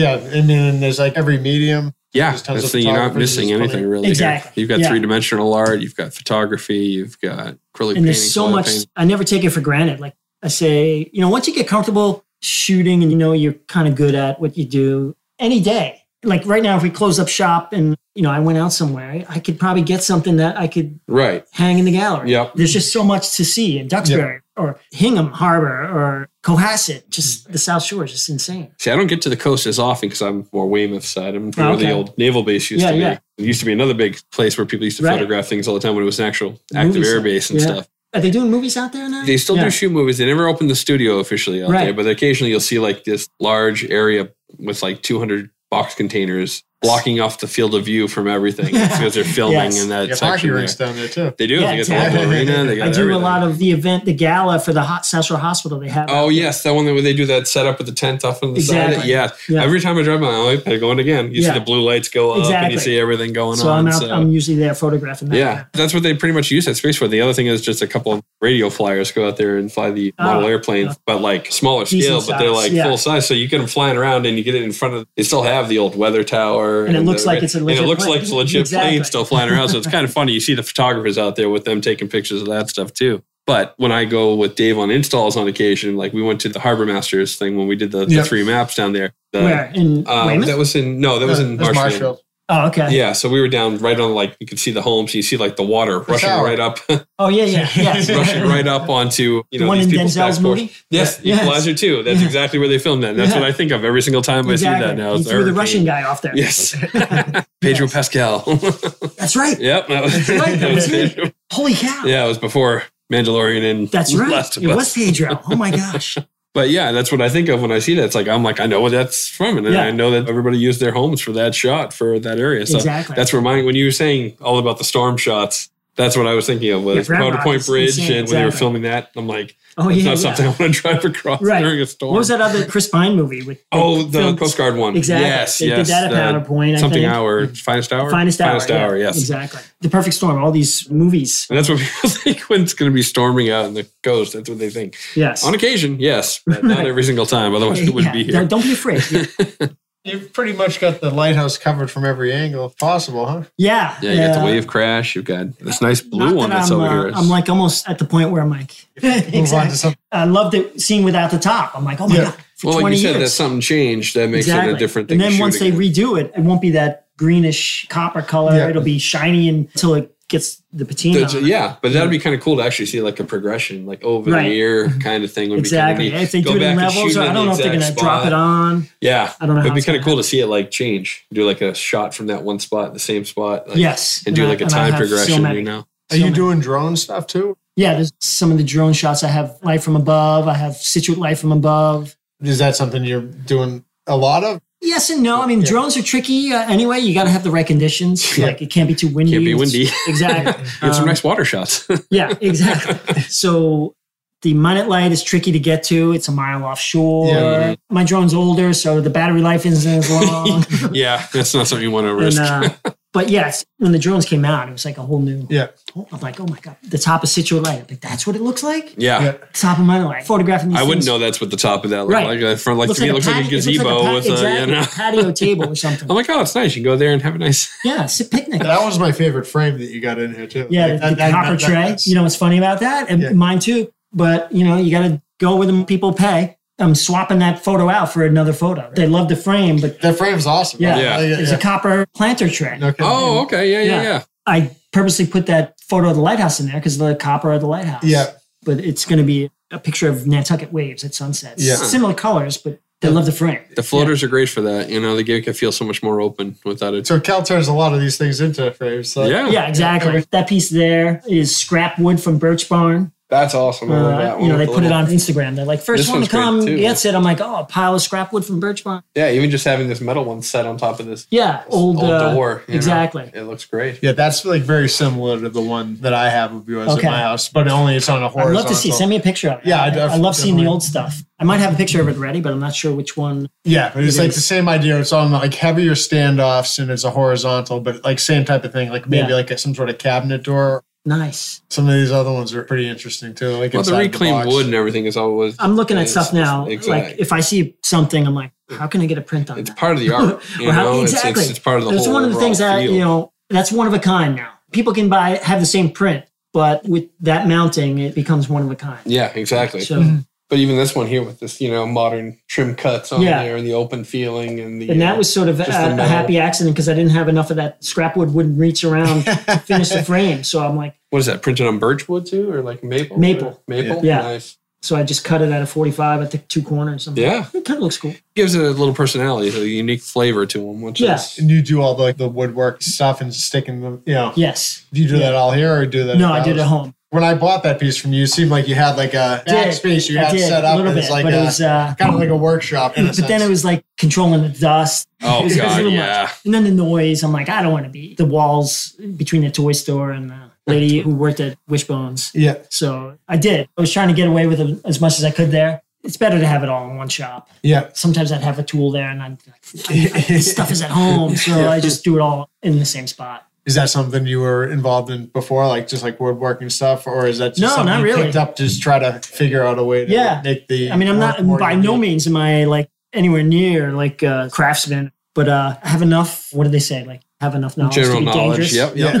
D: England.
B: Yeah. And then there's like every medium.
D: Yeah,
B: There's tons
D: that's
B: of
D: the thing. You're not
B: photographers,
D: missing
B: there's plenty-
D: anything really. here.
C: Exactly,
D: You've got
C: yeah.
D: three dimensional art. You've got photography. You've got acrylic painting.
C: and there's so much i never take it for granted like i say you know once you get comfortable shooting and you know you're kind of good at what you do any day like right now if we close up shop and you know i went out somewhere i could probably get something that i could
D: Right.
C: hang in the gallery.
D: Yep.
C: There's just so much to see in Duxbury or Hingham Harbor or Cohasset.
D: Mm-hmm.
C: Just the South Shore is just insane.
D: See, I don't get to the coast as often because I'm more Weymouth side. I'm where
C: okay.
D: the old naval base used
C: Yeah,
D: to be.
C: yeah.
D: It used to be another big place where people used to
C: Right.
D: photograph things all the time when it was an actual
C: Movie
D: active air
C: set,
D: base and
C: yeah.
D: stuff.
C: Are they doing movies out there now?
D: They still
C: Yeah.
D: do shoot movies. They never opened the studio officially out
C: Right.
D: there, but occasionally you'll see like this large area with like 200 box containers blocking off the field of view from everything because they're filming
C: Yes.
D: in that
B: You have hockey
D: section. there.
B: rinks down there too.
D: They do.
C: Yeah,
D: they got
C: exactly.
D: the local arena. They got
C: I do
D: everything.
C: a lot of the event, the gala for the hot South Shore Hospital. They have.
D: Oh yes, that one that where they do that setup with the tent off on the side.
C: Exactly.
D: Yeah.
C: Yeah.
D: Every time I drive by, I'm like, "They're going again. You
C: Yeah.
D: see the blue lights go up, and
C: Exactly.
D: you see everything going
C: so
D: on.
C: I'm out,
D: so
C: I'm usually there photographing that.
D: yeah, that's what they pretty much use that space for. The other thing is just a couple of radio flyers go out there and fly the
C: Ah,
D: model airplane,
C: yeah.
D: but like smaller
C: Decent
D: scale, but they're
C: size,
D: like
C: yeah.
D: full size. So you get them flying around and you get it in front of. They still have the old weather tower,
C: And it looks
D: the-
C: like it's a
D: and
C: legit
D: it looks
C: plane.
D: like it's a legit
C: Exactly.
D: plane still flying around. So it's kind of funny. You see the photographers out there with them taking pictures of that stuff too. But when I go with Dave on installs on occasion, like we went to the Harbor Masters thing when we did the, the
B: Yeah.
D: three maps down there. The,
C: Where in
D: Um,
C: Weymouth?
D: that was in no, that was in
B: That's
D: Marshfield.
C: oh, okay.
D: Yeah, so we were down right on like you could see the homes, you see like the water rushing
B: tower.
D: right up,
C: Oh yeah, yeah, yeah.
D: rushing right up onto
C: the
D: you know
C: one
D: these
C: in
D: people's
C: Denzel's
D: back doors.
C: movie.
D: Yes,
C: Yes.
D: Equalizer too. That's
C: Yeah.
D: exactly where they filmed that. That's
C: Yeah.
D: what I think of every single time I see that now.
C: He
D: It's
C: threw the
D: hurricane.
C: Russian guy off there.
D: Yes, Pedro
C: Yes.
D: Pascal.
C: That's right.
D: yep, that was,
C: Right, that
D: that
C: was
D: was
C: it.
D: Pedro.
C: Holy cow.
D: Yeah, it was before Mandalorian and
C: That's right.
D: Last of
C: it
D: Us.
C: was Pedro. Oh my gosh.
D: But yeah, that's what I think of when I see that. It's like I'm like I know what that's from, and
C: Yeah.
D: I know that everybody used their homes for that shot for that area. So
C: Exactly.
D: that's where my when you were saying all about the storm shots. That's what I was thinking of
C: Yeah,
D: was
C: Grand
D: Powder
C: Rock
D: Point
C: is
D: Bridge,
C: insane,
D: and when they were
C: exactly.
D: filming that, I'm like,
C: oh
D: it's
C: yeah.
D: not
C: yeah.
D: something I want to drive across
C: Right.
D: during a storm.
C: What was that other Chris Pine movie with?
D: Oh,
C: they
D: the
C: filmed-
D: Coast Guard one.
C: Exactly.
D: Yes,
C: they
D: yes.
C: did that at
D: the
C: Powder Point. I
D: something
C: think.
D: hour, finest hour,
C: Finest hour. yeah,
D: yes.
C: Exactly. The Perfect Storm. All these movies.
D: And that's what people think when it's going to be storming out in the coast. That's what they think.
C: Yes.
D: On occasion, yes, but not every single time. Otherwise, we wouldn't
C: Yeah,
D: be here.
C: Don't be afraid. Yeah.
B: You've pretty much got the lighthouse covered from every angle possible, huh?
C: Yeah.
D: Yeah, you got
C: uh,
D: the wave crash. You've got this nice
C: not
D: blue one
C: that
D: that's
C: I'm,
D: over
C: uh,
D: here.
C: I'm like almost at the point where I'm like,
B: Move on to
C: exactly.
B: something.
C: I loved it seeing without the top. I'm like, oh my
B: Yeah.
C: god, for
D: well, like
C: 20
D: you said,
C: years.
D: that something changed that makes
C: exactly.
D: it a different thing.
C: And
D: to
C: then
D: shoot
C: once they
D: again.
C: redo it, it won't be that greenish copper color.
B: Yeah.
C: It'll be shiny until it gets the patina.
D: That's-
C: on it.
D: yeah, but that'd be kind of cool to actually see like a progression, like over
C: Right.
D: the year kind of thing. Would
C: Exactly.
D: Be kinda neat.
C: If they
D: Go
C: do it in
D: back and
C: levels,
D: shoot
C: or
D: it
C: I
D: in
C: don't
D: the
C: know if they're going
D: exact
C: to drop it
D: spot.
C: on.
D: Yeah,
C: I don't know how
D: It'd be
C: it's
D: kind of
C: gonna
D: cool to see it like change. Do like a shot from that one spot, the same spot. Like,
C: Yes.
D: and do
C: I-
D: like a
C: and I
D: time
C: have so
D: progression.
C: many.
D: you know,
B: Are you doing drone stuff too?
C: Yeah, there's some of the drone shots. I have light from above. I have situate light from above.
B: Is that something you're doing a lot of?
C: Yes and no. I mean, drones are tricky uh, anyway. You got to have the right conditions. Like it can't be too windy.
D: Can't be windy.
C: Exactly.
D: get some
C: Um,
D: nice water shots.
C: Yeah, exactly. so the Minute Light is tricky to get to. It's a mile offshore.
B: Yeah.
C: My drone's older, so the battery life isn't as long.
D: yeah, that's not something you want to
C: and,
D: risk.
C: uh, but yes, when the drones came out, it was like a whole new.
B: Yeah.
C: I'm like, oh my god, the top of Situate Light. I'm like, that's what it looks like.
D: yeah.
B: Yeah.
C: Top of Minute Light. Photographing. These
D: I wouldn't
C: things.
D: know that's what the top of that looked
C: Right.
D: like. Like, From like to me, it looks like a
C: patio- it looks
D: gazebo
C: like
D: with
C: pat-
D: a you know.
C: exactly, patio table or something.
D: I'm like, oh, it's nice. You can go there and have a nice.
C: yeah, it's a picnic.
B: That was my favorite frame that you got in here too.
C: Yeah,
B: Like,
C: the,
B: that-
C: the
B: that-
C: copper
B: that- that-
C: tray.
B: that's-
C: you know what's funny about that? And
B: Yeah.
C: mine too. But you know, you got to go where the people pay. I'm swapping that photo out for another photo. They love the frame, but
B: that frame's awesome.
C: Yeah.
D: Yeah.
C: it's a copper planter tray.
B: Okay.
D: Oh, okay, yeah,
C: Yeah.
D: yeah, yeah.
C: I purposely put that photo of the lighthouse in there because the copper of the lighthouse.
B: Yeah.
C: But it's going to be a picture of Nantucket waves at sunset.
B: Yeah.
C: Similar colors, but they love the frame.
D: The floaters are great for that. You know, they give you feel so much more open without it.
B: So Cal turns a lot of these things into frames. So
D: yeah,
C: Yeah, exactly. That piece there is scrap wood from Birch Barn.
D: that's
B: Oh,
D: awesome. I love
C: Uh,
D: that
C: you know,
D: one.
C: they put it on Instagram. They're like, first
D: This
C: one to
D: one's great,
C: come
D: too.
C: gets it. I'm like, oh, a pile of scrap wood from Birch Barn.
D: Yeah, even just having this metal one set on top of this
C: Yeah, old,
D: old,
C: uh,
D: door. you know,
C: Exactly.
D: it looks great.
B: Yeah, that's like very similar to the one that I have of yours
C: Okay.
B: at my house, but only it's on a
C: I'd
B: horizontal.
C: love to see. Send me a picture of it.
B: Yeah,
C: I,
B: I def-
C: I love seeing the
B: definitely.
C: old stuff. I might have a picture of it ready, but I'm not sure which one.
B: Yeah, but it's
C: It
B: like
C: is.
B: the same idea. It's on like heavier standoffs and it's a horizontal, but like same type of thing. Like maybe
C: Yeah.
B: like some sort of cabinet door.
C: Nice.
B: Some of these other ones are pretty interesting too. Like
D: Well, the
B: inside
D: reclaimed
B: box.
D: wood and everything is always.
C: I'm looking at
D: It's-
C: stuff now.
D: exactly.
C: Like if I see something, I'm like, how can I get a print on
D: It's
C: that?
D: part of the art. You
C: Or how-
D: know, it's,
C: exactly.
D: it's, it's part of the
C: That's
D: whole.
C: one of the
D: overall
C: things that
D: feel.
C: you know. That's one of a kind now. People can buy have the same print, but with that mounting, it becomes one of a kind.
D: Yeah, exactly.
C: So,
D: But even this one here with this, you know, modern trim cuts on
C: Yeah.
D: there and the open feeling and the uh,
C: and that was sort of a,
D: Just the
C: a
D: metal.
C: happy accident because I didn't have enough of that scrap wood wouldn't reach around to finish the frame. So I'm like,
D: what is that printed on birch wood too or like maple?
C: Maple.
D: maple.
C: Yeah.
D: nice.
C: so I just cut it out of 45 at the two corners. I'm like,
D: Yeah,
C: It kind of looks cool.
D: gives it a little personality, a unique flavor to them, which
C: Yeah.
D: is
B: And you do all the like the woodwork stuff and sticking them. You know,
C: Yes.
B: do you do that all here or do that?
C: No,
B: at
C: I did
B: house?
C: at home.
B: When I bought that piece from you, it seemed like you had like a
C: Did.
B: back space you
C: I
B: had
C: did,
B: set
C: a
B: up.
C: little
B: and it's
C: bit,
B: like
C: but
B: a,
C: it was, uh,
B: kind of like a workshop. In a
C: But then
B: sense.
C: it was like controlling the dust. It was- it
D: Oh
C: was a
D: god,
C: little
D: yeah.
C: much. And then the noise. I'm like, I don't want to be the walls between the toy store and the lady who worked at Wishbones.
B: Yeah.
C: So I did. I was trying to get away with it as much as I could there. It's better to have it all in one shop.
B: Yeah.
C: Sometimes I'd have a tool there and I'd be like, "Fuck, this stuff is at home. So I just do it all in the same spot.
B: Is that something you were involved in before, like just like woodworking stuff, or is that just
C: No,
B: something
C: not
B: you
C: really.
B: picked up to just try to figure out a way to
C: Yeah.
B: make the?
C: I mean, I'm
B: work more
C: not by no
B: unique?
C: means am I like anywhere near like a craftsman, but uh, I have enough. What do they say? Like, have enough knowledge to
D: General
C: be
D: knowledge.
C: dangerous.
D: Yep, yep,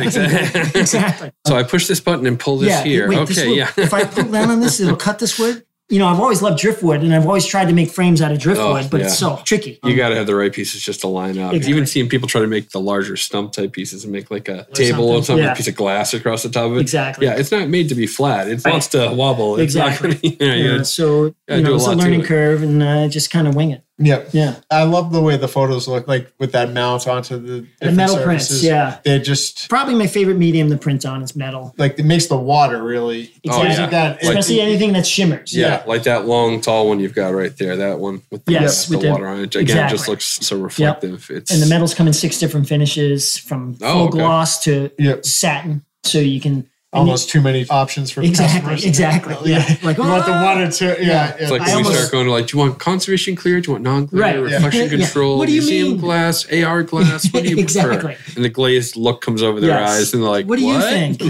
D: exactly.
C: exactly.
D: So I push this button and pull this here.
C: wait,
D: okay,
C: this will-
D: yeah.
C: if I pull down on this, it'll cut this wood. You know, I've always loved driftwood, and I've always tried to make frames out of driftwood,
D: Oh,
C: but
D: yeah.
C: it's so tricky.
D: You got to have the right pieces just to line up.
C: Exactly.
D: Even seeing people try to make the larger stump type pieces and make like a table or
C: something.
D: something,
C: Yeah.
D: a piece of glass across the top of it.
C: Exactly.
D: Yeah, it's not made to be flat. It
C: Right.
D: wants to wobble. It's not
C: Exactly.
D: gonna- you know, you
C: Yeah,
D: gotta-
C: Uh, so
D: gotta
C: you
D: do
C: know,
D: a
C: it's a
D: lot to
C: learning
D: it.
C: curve, and uh, just kind of wing it.
B: Yeah.
C: Yeah,
B: I love the way the photos look like with that mount onto the
C: the
B: different
C: metal prints.
B: surfaces.
C: Yeah,
B: They're just
C: probably my favorite medium to print on is metal.
B: like it makes the water really.
D: Oh,
C: Exactly.
D: yeah.
B: That-
C: Especially anything that shimmers.
D: yeah, like that long, tall one you've got right there. That one with the,
C: Yes,
D: the
C: with the-
D: water on it. Again, just
C: exactly.
D: looks so reflective. It's
C: And the metals come in six different finishes, from full
D: Oh, okay.
C: gloss to
B: Yep.
C: satin. So you can
B: almost too many options for customers.
C: exactly, exactly. Yeah,
B: Like, you want the
C: "Ah!"
B: water to yeah. yeah.
D: It's like
C: I
D: when we
C: almost-
D: start going to like, do you want conservation clear? Do you want non-clear?
C: Right. Yeah.
D: Reflection
C: Yeah.
D: control?
C: What do you
D: museum
C: mean?
D: glass? AR glass? What do you
C: Exactly.
D: prefer? And the glazed look comes over their
C: Yes.
D: eyes and they're like,
C: What do you think?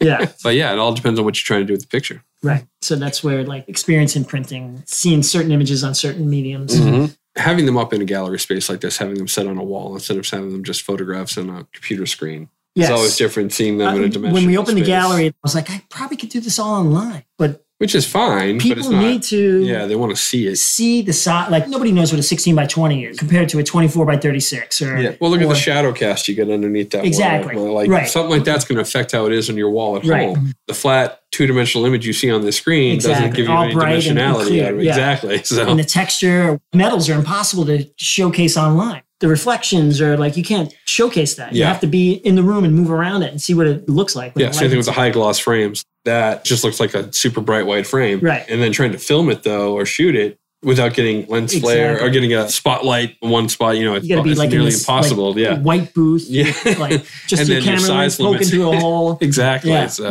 C: yeah.
D: But yeah, it all depends on what you're trying to do with the picture.
C: Right. So that's where like experience in printing, seeing certain images on certain mediums.
D: Mm-hmm. Having them up in a gallery space like this, having them set on a wall instead of having them just photographs on a computer screen.
C: Yes.
D: It's always different seeing them
C: Uh,
D: in a dimension.
C: when we opened the gallery, I was like, I probably could do this all online, but
D: which is fine, but it's
C: people
D: not.
C: need to
D: yeah, they want to see it.
C: see the size. Like nobody knows what a 16 by 20 is compared to a 24 by 36 or
B: Yeah.
D: Well, look at
C: or-
D: the shadow cast you get underneath that. wall.
C: Exactly.
D: Like
C: Right.
D: something like that's going to affect how it is on your wall at
C: Right.
D: home. The flat two dimensional image you see on the screen doesn't
C: Exactly.
D: give you
C: All
D: any
C: bright and
D: dimensionality
C: clear,
D: out of it.
C: yeah.
D: Exactly. So
C: and the texture. Metals are impossible to showcase online. The reflections are like you can't showcase that. You
D: Yeah.
C: have to be in the room and move around it and see what it looks like. when
D: yeah,
C: the
D: same thing
C: lighting's-
D: with the high gloss frames. That just looks like a super bright white frame.
C: Right.
D: And then trying to film it though or shoot it without getting lens flare or
C: Exactly.
D: getting a spotlight in one spot, you know, it's,
C: you got to be
D: it's
C: like in
D: nearly
C: this,
D: impossible.
C: like,
D: yeah.
C: white booth.
D: Yeah.
C: like just
D: And
C: your
D: then your
C: camera
D: size
C: lens poking
D: limits.
C: through a hole.
D: exactly.
C: Yeah.
D: So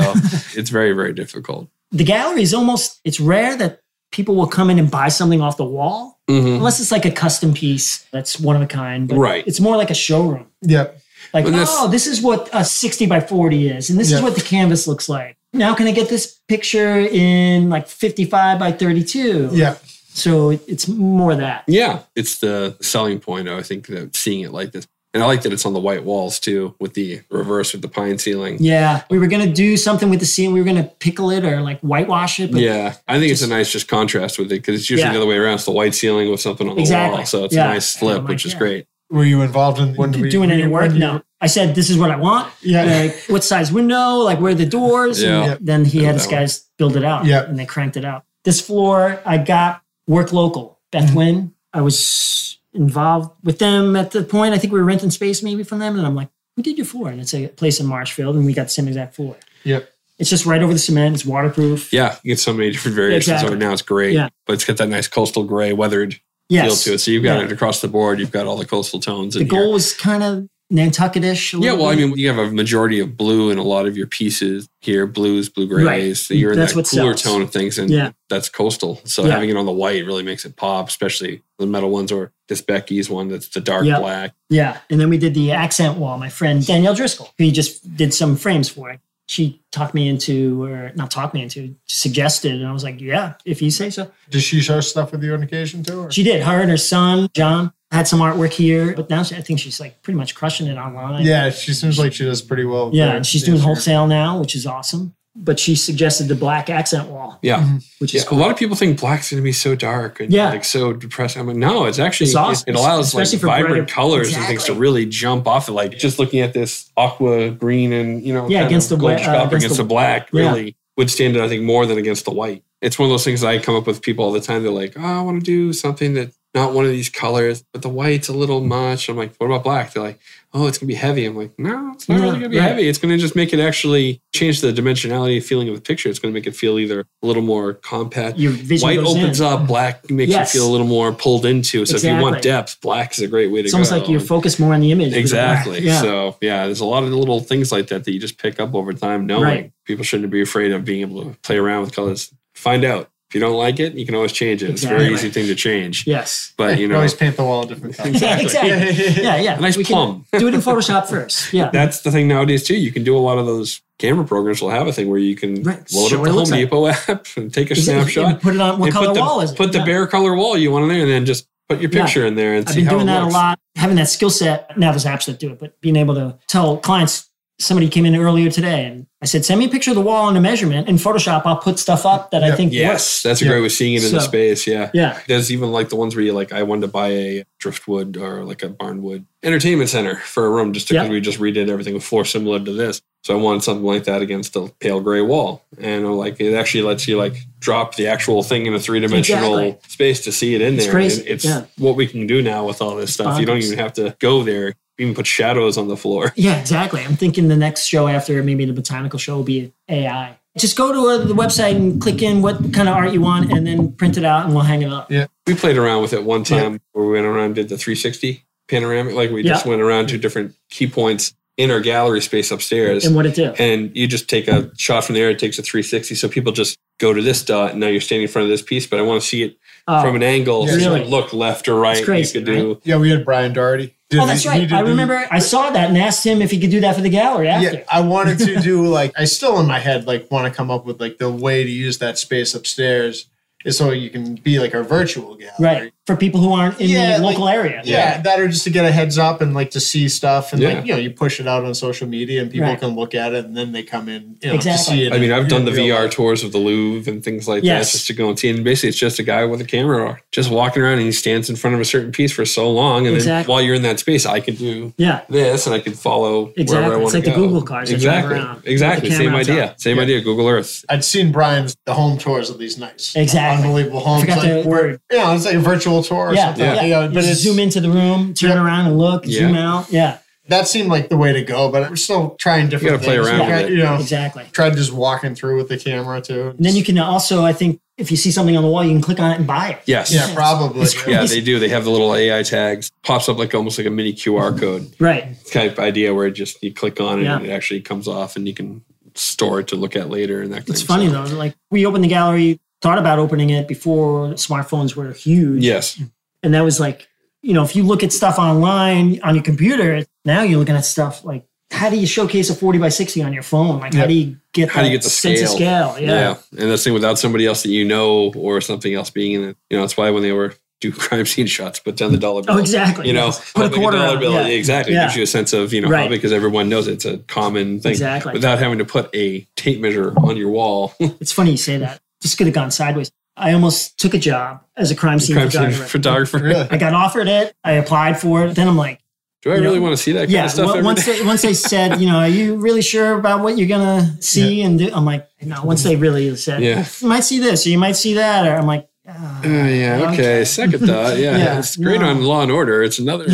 D: it's very, very difficult.
C: The gallery is almost it's rare that people will come in and buy something off the wall
D: Mhm.
C: unless it's like a custom piece that's one of a kind. But
D: Right.
C: It's more like a showroom.
B: yeah.
C: Like,
D: But that's-
C: oh, this is what a 60 by 40 is, and this
B: Yeah.
C: is what the canvas looks like. Now can I get this picture in like 55 by 32?
B: Yeah.
C: So it- it's more that.
D: Yeah, it's the selling point. I think that seeing it like this, and I like that it's on the white walls too, with the reverse with the pine ceiling. Yeah,
C: Yeah. We were gonna do something with the scene. We were gonna pickle it or like whitewash it, but
D: I think it's a nice just contrast with it because it's usually
C: Yeah.
D: the other way around. It's the white ceiling with something on the
C: Exactly.
D: wall, so it's
C: Yeah.
D: a nice slip,
C: I'm like,
D: which is
C: yeah.
D: great.
B: Were you involved in when we-
C: doing any
B: when
C: work?
B: you-
C: No. I said, this is what I want.
B: Yeah.
C: Like, what size window? Like, where are the doors?
D: Yeah.
B: Yeah.
C: And then he had
D: that
C: his
D: one.
C: guys build it out.
B: Yeah.
C: And they cranked it out. This floor, I got work local,
B: Mm-hmm.
C: Beth Wynn. I was involved with them at the point. I think we were renting space maybe from them. And I'm like, who did your floor? And it's a place in Marshfield. And we got the same exact floor.
B: Yeah.
C: It's just right over the cement. It's waterproof.
D: Yeah, you get so many different variations
C: Exactly.
D: of it now. It's great,
C: Yeah.
D: but it's got that nice coastal gray weathered
C: Yes.
D: feel to it. So you've got
C: Yeah.
D: it across the board. You've got all the coastal tones.
C: The
D: in here.
C: goal was kind of Nantucket-ish. a
D: Yeah,
C: little
D: well, I
C: bit.
D: mean, you have a majority of blue in a lot of your pieces here blues, blue grays.
C: Right.
D: So you're in
C: That's
D: that
C: what
D: cooler
C: sells.
D: tone of things, and
C: Yeah.
D: that's coastal. So
C: Yeah.
D: having it on the white really makes it pop, especially the metal ones or this Becky's one that's the dark
C: Yeah.
D: black.
C: Yeah. And then we did the accent wall. My friend Danielle Driscoll, who just did some frames for it. She talked me into, or not talked me into, suggested. And I was like, yeah, if you say so.
B: Does she share stuff with you on occasion too? Or?
C: She did. Her and her son, John, had some artwork here. But now she, I think she's like pretty much crushing it online.
B: yeah, she seems like she does pretty well.
C: Yeah.
B: there.
C: And she's doing
B: Yeah.
C: wholesale now, which is awesome. But she suggested the black accent wall,
D: Yeah.
C: which
D: Yeah,
C: is
D: a lot of people think black's going to be so dark and
C: Yeah.
D: like so depressing. I'm like, no, it's actually
C: It's
D: it-
C: awesome.
D: it, allows like
C: Especially for
D: vibrant
C: brighter-
D: colors and things to
C: Exactly.
D: really jump off it. Like just looking at this aqua green and you know,
C: Yeah,
D: kind
C: against
D: of
C: the
D: gold
C: whi- uh,
D: copper
C: against
D: against,
C: the-
D: the, black
C: yeah.
D: really would stand out. I think more than against the white. It's one of those things that I come up with people all the time. They're like, oh, I want to do something that not one of these colors, but the white's a little much. I'm like, what about black? They're like, oh, it's gonna be heavy. I'm like, no, it's not
C: No,
D: really gonna be
C: right.
D: heavy. It's gonna just make it actually change the dimensionality and feeling of the picture. It's gonna make it feel either a little more compact.
C: Your vision
D: White
C: goes
D: opens
C: in.
D: up, black makes
C: Yes.
D: you feel a little more pulled into. So if you want
C: Exactly.
D: depth, black is a great way to
C: It's
D: go.
C: almost like you're focused more on the image. with the black.
D: Exactly.
C: Yeah.
D: So yeah, there's a lot of little things like that that you just pick up over time. Knowing
C: Right.
D: people shouldn't be afraid of being able to play around with colors. Find out if you don't like it, you can always change it. It's a very
C: Exactly.
D: easy thing to change.
C: yes.
D: But you know,
E: always paint the wall a different color.
C: Yeah, exactly. Yeah, yeah.
D: A nice
C: We can
D: plum.
C: Do it in Photoshop first. Yeah.
D: that's the thing nowadays too. You can do a lot of those camera programs. Will have a thing where you can
C: Right.
D: load
C: Show
D: up
C: what it
D: the Home
C: looks like.
D: Depot app and take a
C: Exactly.
D: snapshot.
C: And Put it on what
D: and
C: color
D: put the,
C: wall is it?
D: Put the
C: Yeah.
D: bare color wall you want on there, and then just put your
C: Yeah.
D: picture in there and
C: I've
D: see
C: been
D: how
C: doing
D: it
C: that
D: looks.
C: a lot, having that skill set. Now there's apps that do it, but being able to tell clients, somebody came in earlier today and I said, send me a picture of the wall and a measurement. In Photoshop, I'll put stuff up that I
B: Yeah.
C: think
D: Yes, that's a
B: Yeah.
D: great way of seeing it in the
C: So-
D: space. Yeah.
C: works. Yeah.
D: There's even like the ones where you like, I wanted to buy a driftwood or like a barnwood entertainment center for a room just because
C: Yeah.
D: we just redid everything with floor similar to this. So I wanted something like that against a pale gray wall. And I'm like, it actually lets you like drop the actual thing in a three dimensional
C: Exactly.
D: space to see it in
C: It's
D: there.
C: crazy.
D: And it's
C: Yeah.
D: what we can do now with all this stuff. You don't
C: bonkers.
D: even have to go there, even put shadows on the floor.
C: Yeah, exactly. I'm thinking the next show after maybe the botanical show will be AI. Just go to uh, the website and click in what kind of art you want and then print it out and we'll hang it up.
D: We played around with it one time where we went around and did the 360 panoramic. Like we just
C: Yeah.
D: went around to different key points in our gallery space upstairs.
C: And what it did.
D: and you just take a shot from there. It takes a 360. So people just go to this dot, and now you're standing in front of this piece. But I want to see it
C: Oh.
D: from an angle. So you
C: Really?
D: don't look left or right.
C: It's crazy,
D: you could do.
B: Yeah, we had Brian Doherty. Did
C: oh, that's
B: the- he
C: right.
B: did
C: I
B: the-
C: remember I saw that and asked him if he could do that for the gallery after.
B: Yeah, I wanted to do like I still in my head like want to come up with like the way to use that space upstairs is so you can be like our virtual gallery.
C: Right. For people who aren't in
B: Yeah,
C: the
B: like-
C: local area.
B: Yeah, that or just to get a heads up and like to see stuff and
D: Yeah.
B: like you know you push it out on social media and people
C: Right.
B: can look at it and then they come in you know, to
C: Exactly.
B: see it.
D: I mean,
B: in-
D: I've done the
B: in real
D: VR
B: life.
D: tours of the Louvre and things like
C: Yes.
D: that just to go and see. And basically, it's just a guy with a camera just walking around, and he stands in front of a certain piece for so long. And then
C: Exactly.
D: while you're in that space, I could do
C: Yeah.
D: this, and I could follow wherever I
C: Exactly.
D: want
C: It's
D: to
C: like
D: go.
C: the Google cars that drive
D: Exactly.
C: around with the
D: Exactly. Same
C: camera on top.
D: idea. Same idea. Google Earth.
B: I'd seen Brian's the home tours of these nights.
C: Exactly.
B: Unbelievable homes.
C: Forgot
B: like,
C: the
B: where-
C: word.
B: Yeah, it's like a virtual tour or
C: Yeah,
B: something.
C: yeah.
B: You know, but it's,
C: zoom into the room, turn around and look,
D: Yeah.
C: zoom out. Yeah,
B: that seemed like the way to go, but we're still trying different
D: gotta play
B: things.
D: around
B: We
D: with
B: got-
D: it.
B: You know,
C: exactly.
B: tried just walking through with the camera too.
C: And then you can also, I think, if you see something on the wall, you can click on it and buy it.
D: Yes.
B: yeah, probably.
C: It's
D: Yeah, they do. They have the little AI tags. Pops up like almost like a mini QR code.
C: Right.
D: type idea where it just you click on it
C: Yeah.
D: and it actually comes off and you can store it to look at later and that kind
C: It's funny though. Like we opened the gallery, thought about opening it before smartphones were huge.
D: Yes.
C: And that was like, you know, if you look at stuff online on your computer, now you're looking at stuff like how do you showcase a 40 by 60 on your phone? Like how
B: Yeah.
C: do you get
D: How do you
C: that
D: get the
C: sense of
D: scale?
C: scale?
D: Yeah. And that's the thing without somebody else that you know or something else being in it. You know, that's why when they were do crime scene shots, put down the dollar bill.
C: Oh, exactly.
D: You know,
C: Yes. Put a
D: like
C: quarter
D: dollar
C: on it,
D: bill.
C: yeah.
D: Exactly.
C: Yeah.
D: Gives you a sense of, you know, how
C: Right.
D: because everyone knows it's a common thing.
C: Exactly.
D: Without having to put a tape measure on your wall.
C: It's funny you say that. This could have gone sideways. I almost took a job as a crime scene
D: crime scene
C: photographer.
D: photographer.
B: really.
C: I got offered it. I applied for it. Then I'm like,
D: Do I really
C: Yeah.
D: want to see that kind
C: yeah.
D: of stuff
C: on-
D: every
C: once
D: day?
C: they, once they said, you know, are you really sure about what you're gonna see? And do? I'm like, no. Once they really said,
D: Yeah.
C: you might see this or you might see that, or I'm like, ah.
D: Uh, yeah, okay.
C: Okay.
D: Second thought. Yeah.
C: Yeah,
D: It's great
C: no.
D: on Law and Order. It's another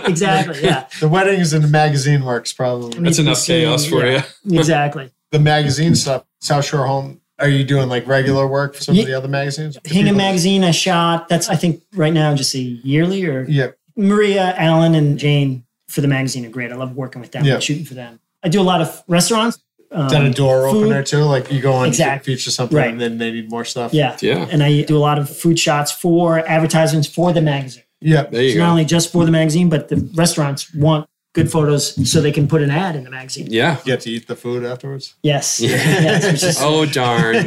C: exactly. Yeah.
B: The weddings and the magazine works probably.
D: That's
C: Need to
D: enough
C: see-
D: chaos for
C: yeah. Exactly.
B: The magazine stuff, South Shore Home. Are you doing like regular work for some of
C: Ye-
B: the other magazines?
C: Hingham magazine, I shot. That's I think right now just a yearly or
B: Yeah,
C: Maria, Allen, and Jane for the magazine are great. I love working with them,
B: Yeah.
C: shooting for them. I do a lot of restaurants. Um,
B: is that a door
C: food-
B: opener too? Like you go on
C: Exactly.
B: feature something
C: Right.
B: and then they need more stuff.
C: Yeah.
D: Yeah.
C: And I do a lot of food shots for advertisements for the magazine.
B: yeah.
D: There you
C: So
D: go.
C: not only just for the magazine, but the restaurants want good photos so they can put an ad in the magazine.
D: yeah.
B: You have to eat the food afterwards.
C: Yes.
D: Yeah.
C: Yes, which is-
D: Oh darn.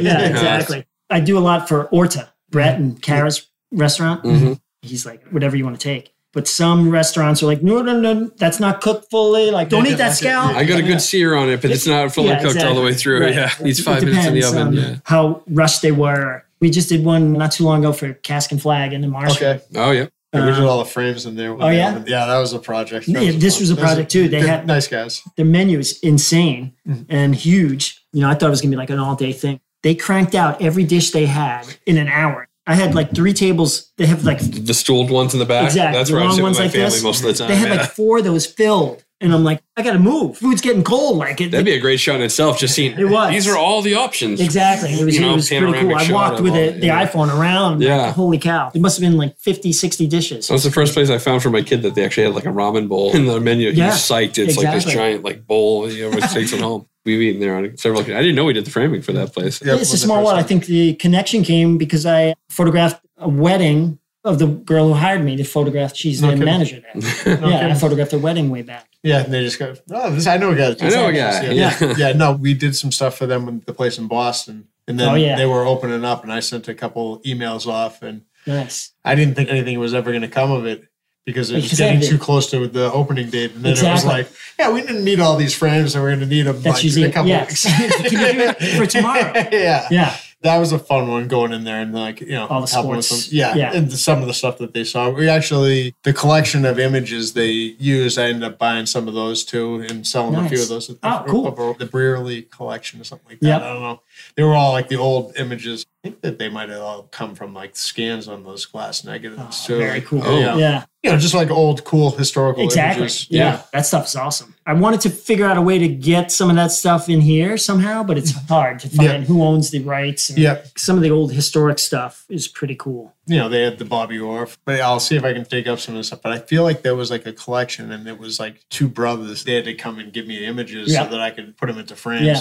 C: yeah, exactly. I do a lot for Orta, Brett
D: Mm-hmm.
C: and Kara's restaurant.
D: Mhm.
C: He's like, whatever you want to take. But some restaurants are like, no, no, no, that's not cooked fully. Like, don't
B: Yeah,
C: eat that
B: that's it.
C: scalp.
D: I got a good sear on it, but it's not fully
C: Yeah,
D: cooked all the way
C: exactly.
D: through.
C: Right.
D: Yeah. It's
C: It
D: five minutes in the
C: depends
D: oven.
C: on
D: yeah.
C: How rushed they were. We just did one not too long ago for Cask and Flag and the Marsh.
B: Okay.
D: Oh yeah.
B: Yeah, we did
C: Uh,
B: all the frames in there.
C: oh, yeah?
B: Yeah, that was a project. That
C: Yeah, this
B: fun.
C: was a
B: Those
C: project,
B: are
C: too. They
B: good-
C: had-
B: nice guys.
C: Their menu is insane and huge. You know, I thought it was gonna be like an all day thing. They cranked out every dish they had in an hour. I had like three tables. They have like
D: The stooled ones in the back.
C: Exactly.
D: That's where I
C: Long
D: sit with
C: ones
D: my
C: like
D: family
C: this.
D: most of the time.
C: they had
D: yeah.
C: like four of those filled, and I'm like, I gotta move. Food's getting cold. Like it,
D: That'd be a great show in itself. Just seeing
C: It was.
D: these are all the options.
C: exactly. It was,
D: you know,
C: it was pretty
D: panoramic
C: cool. I
D: shot
C: walked
D: of
C: with
D: all
C: it,
D: that,
C: the
D: yeah.
C: iPhone around.
D: Yeah.
C: Like, holy cow! It must have been like 50, 60 dishes.
D: That was the first place I found for my kid that they actually had like a ramen bowl in the menu. He
C: Yeah,
D: was psyched. It's like this
C: exactly.
D: giant like bowl. You know, takes it home. We've eaten there on several. occasions. I didn't know we did the framing for that place.
B: Yeah.
C: it's
B: was
C: a
B: the
C: small
B: first
C: one. I
B: one.
C: think the connection came because I photographed a wedding of the girl who hired me to photograph. She's the
B: Okay.
C: manager there. Yeah, I photographed her wedding way back.
B: Yeah, and they just go, oh, this, I know a guy. that
D: I
B: does
D: know a
B: that."
D: guy.
B: Yeah.
D: Yeah.
B: yeah, no, we did some stuff for them with the place in Boston. And then
C: Oh, yeah.
B: they were opening up, and I sent a couple emails off, and
C: Nice.
B: I didn't think anything was ever going to come of it because it was
C: Because
B: getting
C: they-
B: too close to the opening date. And then it was
C: Exactly.
B: like, yeah, we didn't need all these frames, and we're going to need them
C: That's
B: like,
C: usually
B: in a couple
C: yeah.
B: weeks.
C: Can you do it for tomorrow?
B: yeah.
C: Yeah.
B: That was a fun one going in there and like, you know,
C: All the
B: helping with
C: sports.
B: some, yeah,
C: Yeah.
B: and some of the stuff that they saw. We actually, the collection of images they used, I ended up buying some of those too and selling a few
C: Nice.
B: of those. at
C: Oh,
B: the,
C: cool.
B: of our- The Brearley collection or something like that.
C: Yep.
B: I don't know. They were all like the old images. I think that they might have all come from like scans on those glass negatives
C: Oh,
B: too.
C: very
B: Like,
C: cool.
B: you know,
D: Oh.
C: Yeah.
B: You know, just like old, cool historical
C: Exactly.
B: images.
C: Yeah.
D: Yeah.
C: That stuff is awesome. I wanted to figure out a way to get some of that stuff in here somehow, but it's hard to find
B: Mm-hmm. Yeah.
C: who owns the rights. And
B: Yeah.
C: Some of the old historic stuff is pretty cool.
B: you know, they had the Bobby Orr, but I'll see if I can dig up some of this stuff. But I feel like there was like a collection and it was like two brothers. They had to come and give me images
C: Yeah.
B: so that I could put them into frames.
C: Yeah.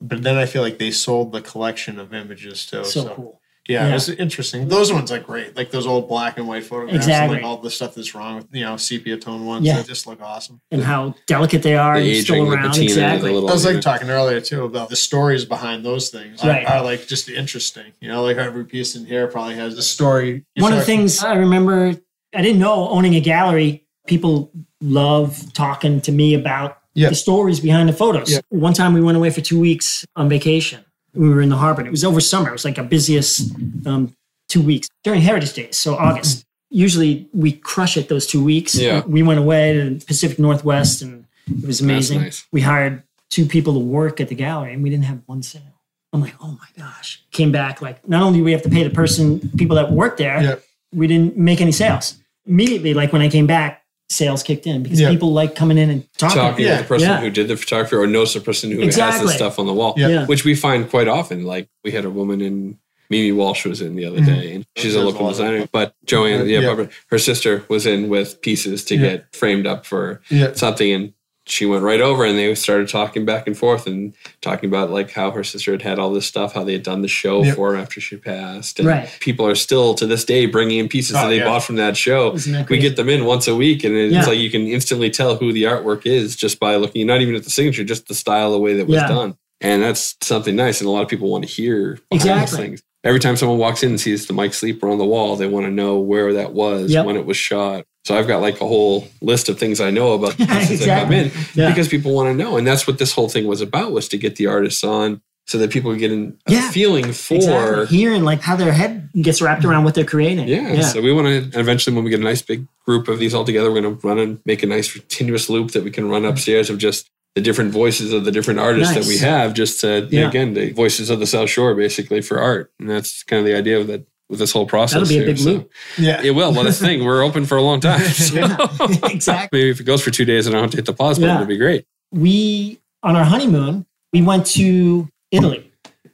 B: But then I feel like they sold the collection of images
D: Oh,
B: too.
C: So, cool.
B: Yeah,
C: Yeah.
B: it was interesting. Those ones are great. Like those old black and white photographs
C: Exactly.
B: and like all the stuff that's wrong with, you know, sepia tone ones.
C: Yeah.
B: They just look awesome.
C: And how delicate they are
D: The
C: and
D: aging,
C: still
D: the
C: around.
D: patina,
C: exactly.
D: the little.
B: I was like talking earlier too about the stories behind those things are-
C: Right.
B: are, like just interesting. You know, like every piece in here probably has a story.
C: One of the
B: Sorry.
C: things I remember, I didn't know owning a gallery, people love talking to me about
B: Yeah.
C: the stories behind the photos.
B: Yeah.
C: One time we went away for two weeks on vacation. We were in the harbor and it was over summer. It was like our busiest um, two weeks during Heritage Days, so
B: Mm-hmm.
C: August. Usually we crush it those two weeks.
D: Yeah.
C: We went away to the Pacific Northwest and it was amazing.
D: nice.
C: We hired two people to work at the gallery and we didn't have one sale. I'm like, oh my gosh. Came back like not only do we have to pay the person, people that work there,
B: Yeah.
C: we didn't make any sales. Immediately, like when I came back, sales kicked in because
B: Yeah.
C: people like coming in and talking.
D: talking
B: Yeah.
D: to the person
C: Yeah.
D: who did the photography or knows the person who has
C: Exactly.
D: the stuff on the wall,
B: Yeah.
C: Yeah.
D: which we find quite often. Like we had a woman in Mimi Walsh was in the other
B: Mhm.
C: Mm-hmm.
D: day, and she's a
B: There's a
D: local
B: lot of-
D: designer. But Joanne, yeah,
B: Yeah.
D: Barbara, her sister was in with pieces to
B: Yeah.
D: get framed up for
B: Yeah.
D: something, and she went right over, and they started talking back and forth and talking about like how her sister had had all this stuff, how they had done the show
B: Yeah.
D: for her after she passed, and
C: Right.
D: people are still to this day bringing in pieces
B: Oh,
D: that they
B: yeah.
D: bought from that show
C: Isn't that
D: we
C: crazy?
D: get them in once a week and it's
C: Yeah.
D: like you can instantly tell who the artwork is just by looking not even at the signature just the style the way that was
C: Yeah.
D: done and that's something nice and a lot of people want to hear behind
C: Exactly.
D: those things every time someone walks in and sees the mike sleeper on the wall they want to know where that was
C: Yep.
D: when it was shot so i've got like a whole list of things i know about the pieces that come
C: Exactly.
D: in
C: Yeah.
D: because people want to know and that's what this whole thing was about was to get the artists on so that people get an, a
C: Yeah.
D: feeling for
C: Exactly. hearing like how their head gets wrapped around what they're creating.
D: yeah, So we want to eventually, when we get a nice big group of these all together, we're going to run and make a nice continuous loop that we can run upstairs of just the different voices of the different artists that we
C: Nice.
D: have. Just to,
C: Yeah.
D: again, the voices of the South Shore, basically for art, and that's kind of the idea of that with this whole process.
C: That'll be a
D: here.
C: big
D: So
C: loop.
B: Yeah.
D: It will. Let us think. We're open for a long time. so-
C: exactly.
D: Maybe if it goes for two days and I don't hit the pause button,
C: Yeah.
D: it'd be great.
C: We on our honeymoon, we went to Italy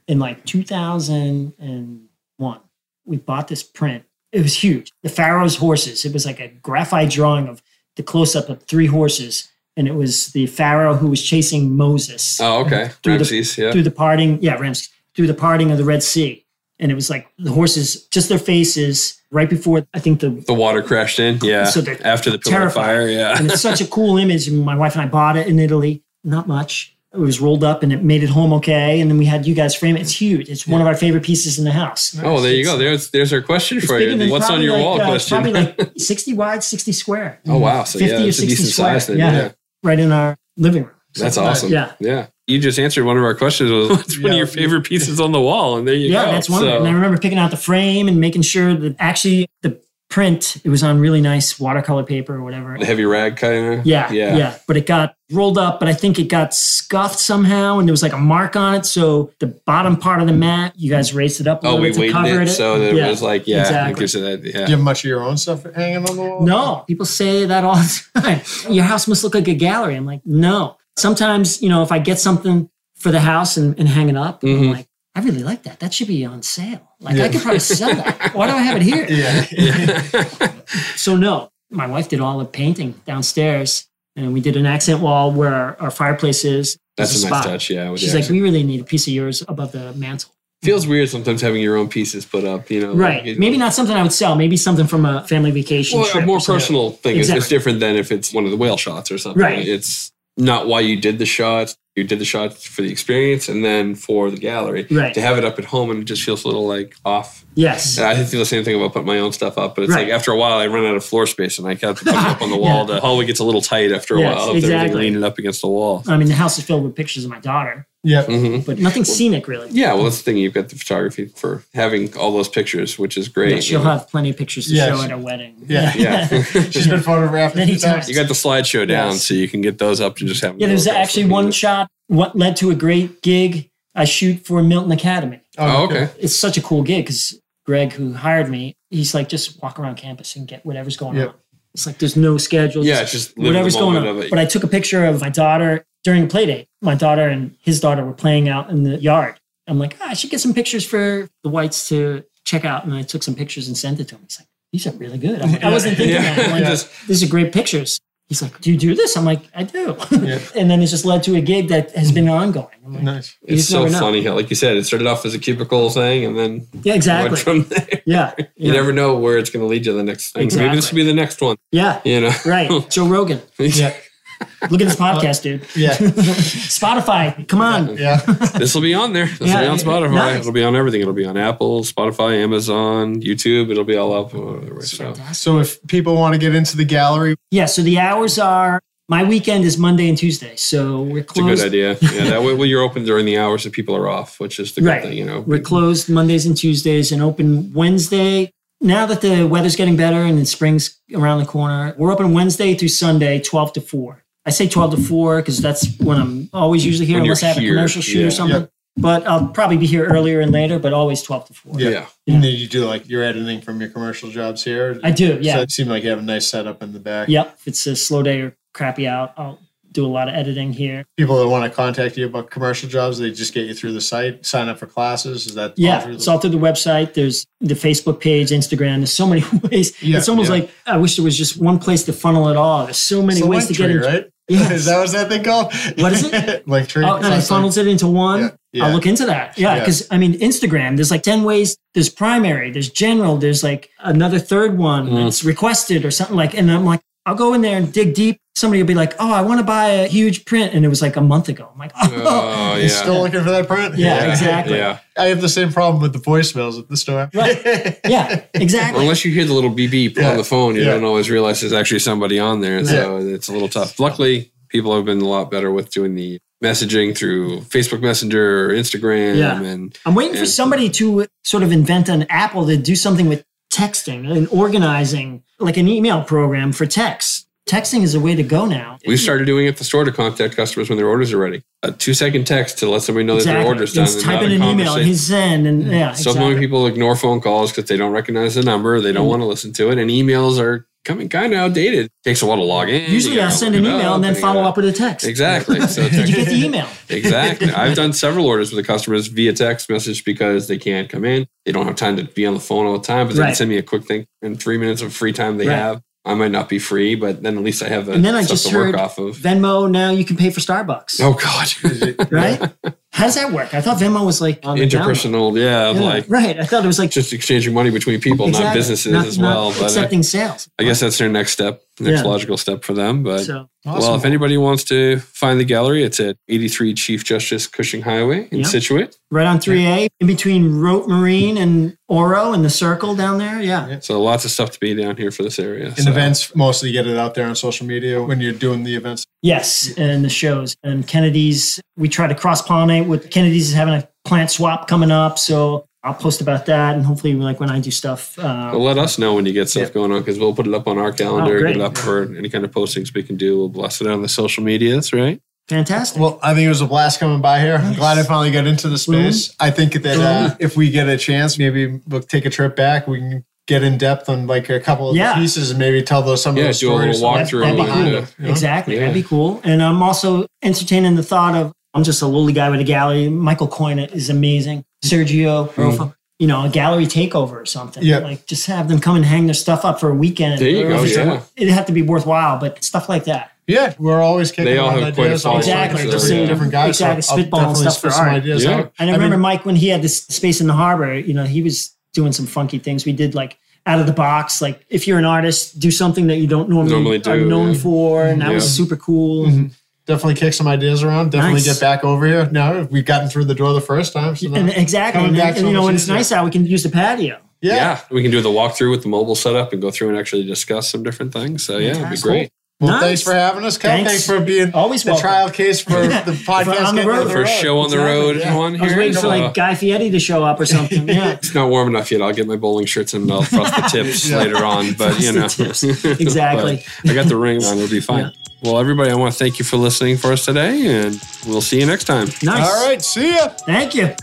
C: in like 2001. We bought this print. It was huge. The Pharaoh's horses. It was like a graphite drawing of the close up of three horses, and it was the Pharaoh who was chasing Moses.
D: Oh, okay.
C: Through the-
D: Ramses, yeah.
C: through the parting, yeah, Ramses, through the parting of the Red Sea. And it was like the horses, just their faces right before, I think the,
D: the water crashed in. Yeah.
C: So they're
D: After the pillar of
C: terrified.
D: fire. Yeah.
C: and it's such a cool image. And my wife and I bought it in Italy, not much. It was rolled up and it made it home okay. And then we had you guys frame it. It's huge. It's one of our favorite pieces in the house.
D: Oh, there you go. There's there's our question
C: It's
D: for
C: bigger
D: you.
C: than
D: What's on
C: probably
D: your
C: like,
D: wall?
C: uh,
D: question.
C: Probably like 60 wide, 60 square.
D: Oh wow! So
C: 50
D: yeah,
C: or
D: it's a
C: 60
D: decent
C: square.
D: size then.
C: Yeah.
D: Yeah.
C: right in our living room.
D: that's awesome.
C: Yeah.
D: Yeah, yeah. You just answered one of our questions. Was what's one of your favorite pieces on the wall? And there you
C: Yeah,
D: go.
C: that's one. of it.
D: So-
C: And I remember picking out the frame and making sure that actually the print. It was on really nice watercolor paper or whatever.
D: The heavy rag kind of.
C: Yeah,
D: yeah.
C: yeah, But it got rolled up, but I think it got scuffed somehow, and there was like a mark on it. So the bottom part of the mat, you guys raised it up. A
D: Oh,
C: little
D: we
C: bit to
D: weighed
C: cover
D: it, so that it was like yeah,
C: exactly.
D: like you said, that,
B: Do you
D: yeah.
B: have much of your own stuff hanging on the wall?
C: No, people say that all the time. Your house must look like a gallery. I'm like, no. Sometimes, you know, if I get something for the house and, and hang it up,
D: Mhm.
C: I'm like, I really like that. That should be on sale. Like,
B: Yeah.
C: I could probably sell that. Why do I have it here?
B: Yeah.
C: So, no, my wife did all the painting downstairs and we did an accent wall where our, our fireplace is.
D: That's
C: There's
D: a nice
C: spot.
D: touch. Yeah, with the
C: She's like,
D: accent.
C: we really need a piece of yours above the mantle.
D: feels weird sometimes having your own pieces put up. You know,
C: Right.
D: Oh, Like, it-
C: Maybe not something I would sell. Maybe something from a family vacation.
D: Well,
C: trip
D: a
C: or
D: more
C: something.
D: personal thing. It's- It's
C: Exactly.
D: different than if it's one of the whale shots or something.
C: Right.
D: It's not why you did the shot. You did the shot for the experience and then for the gallery.
C: Right.
D: To have it up at home and it just feels a little like off.
C: Yes.
D: And I feel the same thing about putting my own stuff up, but it's
C: Right.
D: like after a while I run out of floor space and I have to put it up on the wall. The hallway gets a little tight after a
C: Yes,
D: while if everything
C: exactly.
D: leaning up against the wall.
C: I mean, the house is filled with pictures of my daughter,
B: Yeah.
D: hmm
C: but nothing scenic really.
D: Yeah, well, that's the thing. You've got the photography for having all those pictures, which is great.
C: Yeah, she'll
D: you know.
C: have plenty of pictures to
B: Yeah,
C: show
B: she-
C: at her wedding.
B: Yeah.
D: Yeah.
B: She's been photographed
C: Many
B: many times.
C: times.
D: You got the slideshow down,
C: Yes.
D: so you can get those up and just have. them
C: Yeah, there's
D: go across
C: actually
D: the
C: one
D: view.
C: shot what led to a great gig I shoot for Milton Academy.
D: Oh, okay.
C: It's such a cool gig because Greg, who hired me, he's like, just walk around campus and get whatever's going
B: Yep.
C: on. It's like there's no schedule.
D: Yeah, it's just live in the
C: whatever's going on.
D: moment of it.
C: But I took a picture of my daughter during a play date. My daughter and his daughter were playing out in the yard. I'm like, ah, I should get some pictures for the whites to check out. And I took some pictures and sent it to him. He's like, these are really good. I'm like, I wasn't thinking
D: Yeah.
C: that. I'm like,
D: Yeah.
C: these are great pictures. He's like, do you do this? I'm like, I do.
B: Yeah.
C: and then it just led to a gig that has been ongoing. I'm like,
B: Nice.
C: You
D: It's
C: just
D: so
C: never know.
D: funny how, like you said, it started off as a cubicle thing, and then
C: Yeah,
D: went
C: exactly.
D: from there.
C: Yeah.
D: You
C: yeah.
D: never know where it's going to lead you. The next thing, maybe this will
C: Exactly.
D: be the next one.
C: yeah.
D: You know,
C: Right. Joe Rogan.
B: Yeah.
C: Look at
D: Uh,
C: this podcast, dude.
B: Yeah.
C: Spotify. Come on.
B: Yeah.
D: this will be on there. This
C: Yeah,
D: will be on
C: it-
D: Spotify.
C: nice.
D: It'll be on everything. It'll be on Apple, Spotify, Amazon, YouTube. It'll be all up. everywhere, So.
C: Fantastic.
B: So if people want to get into the gallery,
C: Yeah. So the hours are my weekend is Monday and Tuesday. So we're
D: It's a
C: closed.
D: good idea. Yeah, that way well, you're open during the hours that people are off, which is the good
C: Right.
D: thing. You know,
C: We're closed Mondays and Tuesdays and open Wednesday. Now that the weather's getting better and spring's around the corner, we're open Wednesday through Sunday, 12 to 4. I say 12 to 4 because that's when I'm always usually here,
D: Mm-hmm. When you're
C: unless I have
D: here,
C: a commercial shoot
D: yeah.
C: or something. But I'll probably be here earlier and later, but always 12 to 4.
D: yeah.
B: and then you do like your editing from your commercial jobs here.
C: I do, yeah.
B: So it seemed like you have a nice setup in the back.
C: Yep. If it's a slow day or crappy out, I'll do a lot of editing here.
B: People that want to contact you about commercial jobs, they just get you through the site, sign up for classes. Is that all
C: Yeah.
B: through the-
C: It's all through the website. There's the Facebook page, Instagram. There's so many ways.
B: Yeah,
C: it's almost
B: yeah.
C: like I wish there was just one place to funnel it all. There's so many
B: It's a
C: ways
B: link
C: to get
B: tree,
C: into
B: right?
C: Yes.
B: Is that what that thing called?
C: What is it?
B: like tree.
C: Oh, and it
B: something.
C: funnels it into one.
B: Yeah, yeah.
C: I'll look into that. Yeah,
B: Yeah.
C: because I mean, Instagram. There's like ten ways. There's primary. There's general. There's like another third one
B: Mm-hmm.
D: Mm.
C: that's requested or something like. And I'm like, I'll go in there and dig deep. Somebody will be like, "Oh, I want to buy a huge print," and it was like a month ago. I'm like, "Oh,
D: Oh,
B: You're
D: yeah.
B: Still looking for that print?
C: Yeah,
D: Yeah,
C: exactly.
D: Yeah.
B: I have the same problem with the voicemails at the store.
C: Right. yeah, exactly."
D: Unless you hear the little beep beep
B: Yeah.
D: on the phone, you
B: Yeah.
D: don't always realize there's actually somebody on there. So it's a little tough. Luckily, people have been a lot better with doing the messaging through Facebook Messenger or Instagram.
C: Yeah.
D: And
C: I'm waiting for
D: And-
C: somebody to sort of invent an Apple to do something with texting and organizing, like an email program for text. Texting is a way to go now.
D: we started doing it at the store to contact customers when their orders are ready. A two second text to let somebody know that their order's done.
C: Just
D: and
C: type
D: not
C: in
D: a
C: an email
D: conversation. Mm.
C: and he's in, and yeah,
D: So
C: exactly. Mm.
D: many people ignore phone calls because they don't recognize the number, they don't want to listen to it, and emails are coming kind of outdated. takes a while to log in.
C: Usually,
D: you
C: I
D: gotta
C: send an
D: look it
C: email and then
D: you
C: follow
D: gotta-
C: up with a text.
D: Exactly. So
C: Did you
D: text-
C: get the email?
D: Exactly. I've done several orders with the customers via text message because they can't come in. They don't have time to be on the phone all the time, but they can
C: Right.
D: send me a quick thing in three minutes of free time they
C: Right.
D: have. I might not be free, but then at least I have a
C: And then I
D: stuff
C: just
D: to work
C: heard
D: off of.
C: Venmo. Now you can pay for Starbucks,
D: oh God.
C: right? How does that work? I thought Venmo was like on the download.
D: Interpersonal, yeah,
C: Yeah,
D: like
C: right. I thought it was like
D: just exchanging money between people, not
C: exactly,
D: businesses
C: not-
D: as
C: not
D: well. But I,
C: accepting sales.
D: I guess that's their next step, next
C: Yeah.
D: logical step for them. But
C: So
D: Well, if anybody wants to find the gallery, it's at 83 Chief Justice Cushing Highway in
C: Yeah.
D: Situate.
C: right on 3A, in between Rote Marine and Oro and the circle down there. Yeah.
D: So lots of stuff to be down here for this area.
B: In
D: so.
B: events, mostly get it out there on social media when you're doing the events.
C: Yes, and the shows and Kennedy's. We try to cross pollinate with Kennedy's is having a plant swap coming up, so I'll post about that, and hopefully, like when I do stuff, uh,
D: Well, let us know when you get stuff going on because we'll put it up on our calendar,
C: Oh, great.
D: get it up for any kind of postings we can do. We'll blast it out on the social medias, right?
C: fantastic.
B: Well, I think it was a blast coming by here. I'm glad I finally got into the space. I think that uh, if we get a chance, maybe we'll take a trip back. We can get in depth on like a couple of the
C: Yeah.
B: pieces and maybe tell those some
D: Yeah,
B: of the
D: do a little
B: stories.
D: walk through
B: Behind
C: and,
B: it, you know?
C: Exactly.
D: Yeah.
C: That'd be cool. And I'm also entertaining the thought of I'm just a lowly guy with a gallery. Michael Coyne is amazing. Sergio
D: Mm-hmm.
C: Rofa. You know, a gallery takeover or something.
B: Yeah.
C: Like just have them come and hang their stuff up for a weekend.
D: There you
C: Or
D: go,
C: if it's-
D: yeah.
C: It'd have to be worthwhile, but stuff like that.
B: Yeah, we're always kicking.
D: They all
B: around
D: have quite a
B: ideas, always
D: following,
B: talking to
D: so,
B: different-
D: yeah.
B: different guys.
C: Exactly,
B: so I'll
C: spitballing
B: definitely
C: stuff for
B: spit some
C: art.
B: ideas
D: Yeah.
B: out.
C: And I,
B: I mean-
C: remember Mike when he had this space in the harbor, you know, he was doing some funky things. We did like out of the box, like if you're an artist, do something that you don't normally,
D: Normally
C: are
D: do,
C: known
D: yeah.
C: for. And that
D: Yeah.
C: was super cool.
B: Mm-hmm. Definitely kick some ideas around. Definitely
C: Nice.
B: get back over here. Now we've gotten through the door the first time. So
C: And
B: now-
C: exactly.
B: Coming
C: And,
B: back
C: and,
B: so
C: you know,
B: much
C: when it's
B: easier.
C: nice out, we can use the patio.
B: yeah.
D: We can do the walkthrough with the mobile setup and go through and actually discuss some different things. So, yeah, it'd be
C: Fantastic.
D: great.
B: Well,
C: Nice.
B: thanks for having us, Kyle. Thanks,
C: Thanks.
B: for being
C: Always
B: the
C: welcome.
B: trial case for the podcast.
C: on the
B: getting
C: road.
B: on the
D: First
B: road.
D: show on the
B: Exactly,
D: road
B: yeah.
D: one
C: I was
D: here.
C: waiting for
D: so- uh,
C: like Guy Fieri to show up or something. Yeah.
D: it's not warm enough yet. I'll get my bowling shirts and I'll frost the tips
B: Yeah.
D: later on. But you know,
C: Frosted tips. Exactly.
D: But I got the ring on. It'll be fine. Well, everybody, I want to thank you for listening for us today, and we'll see you next time.
C: Nice.
B: All right, see ya.
C: Thank you.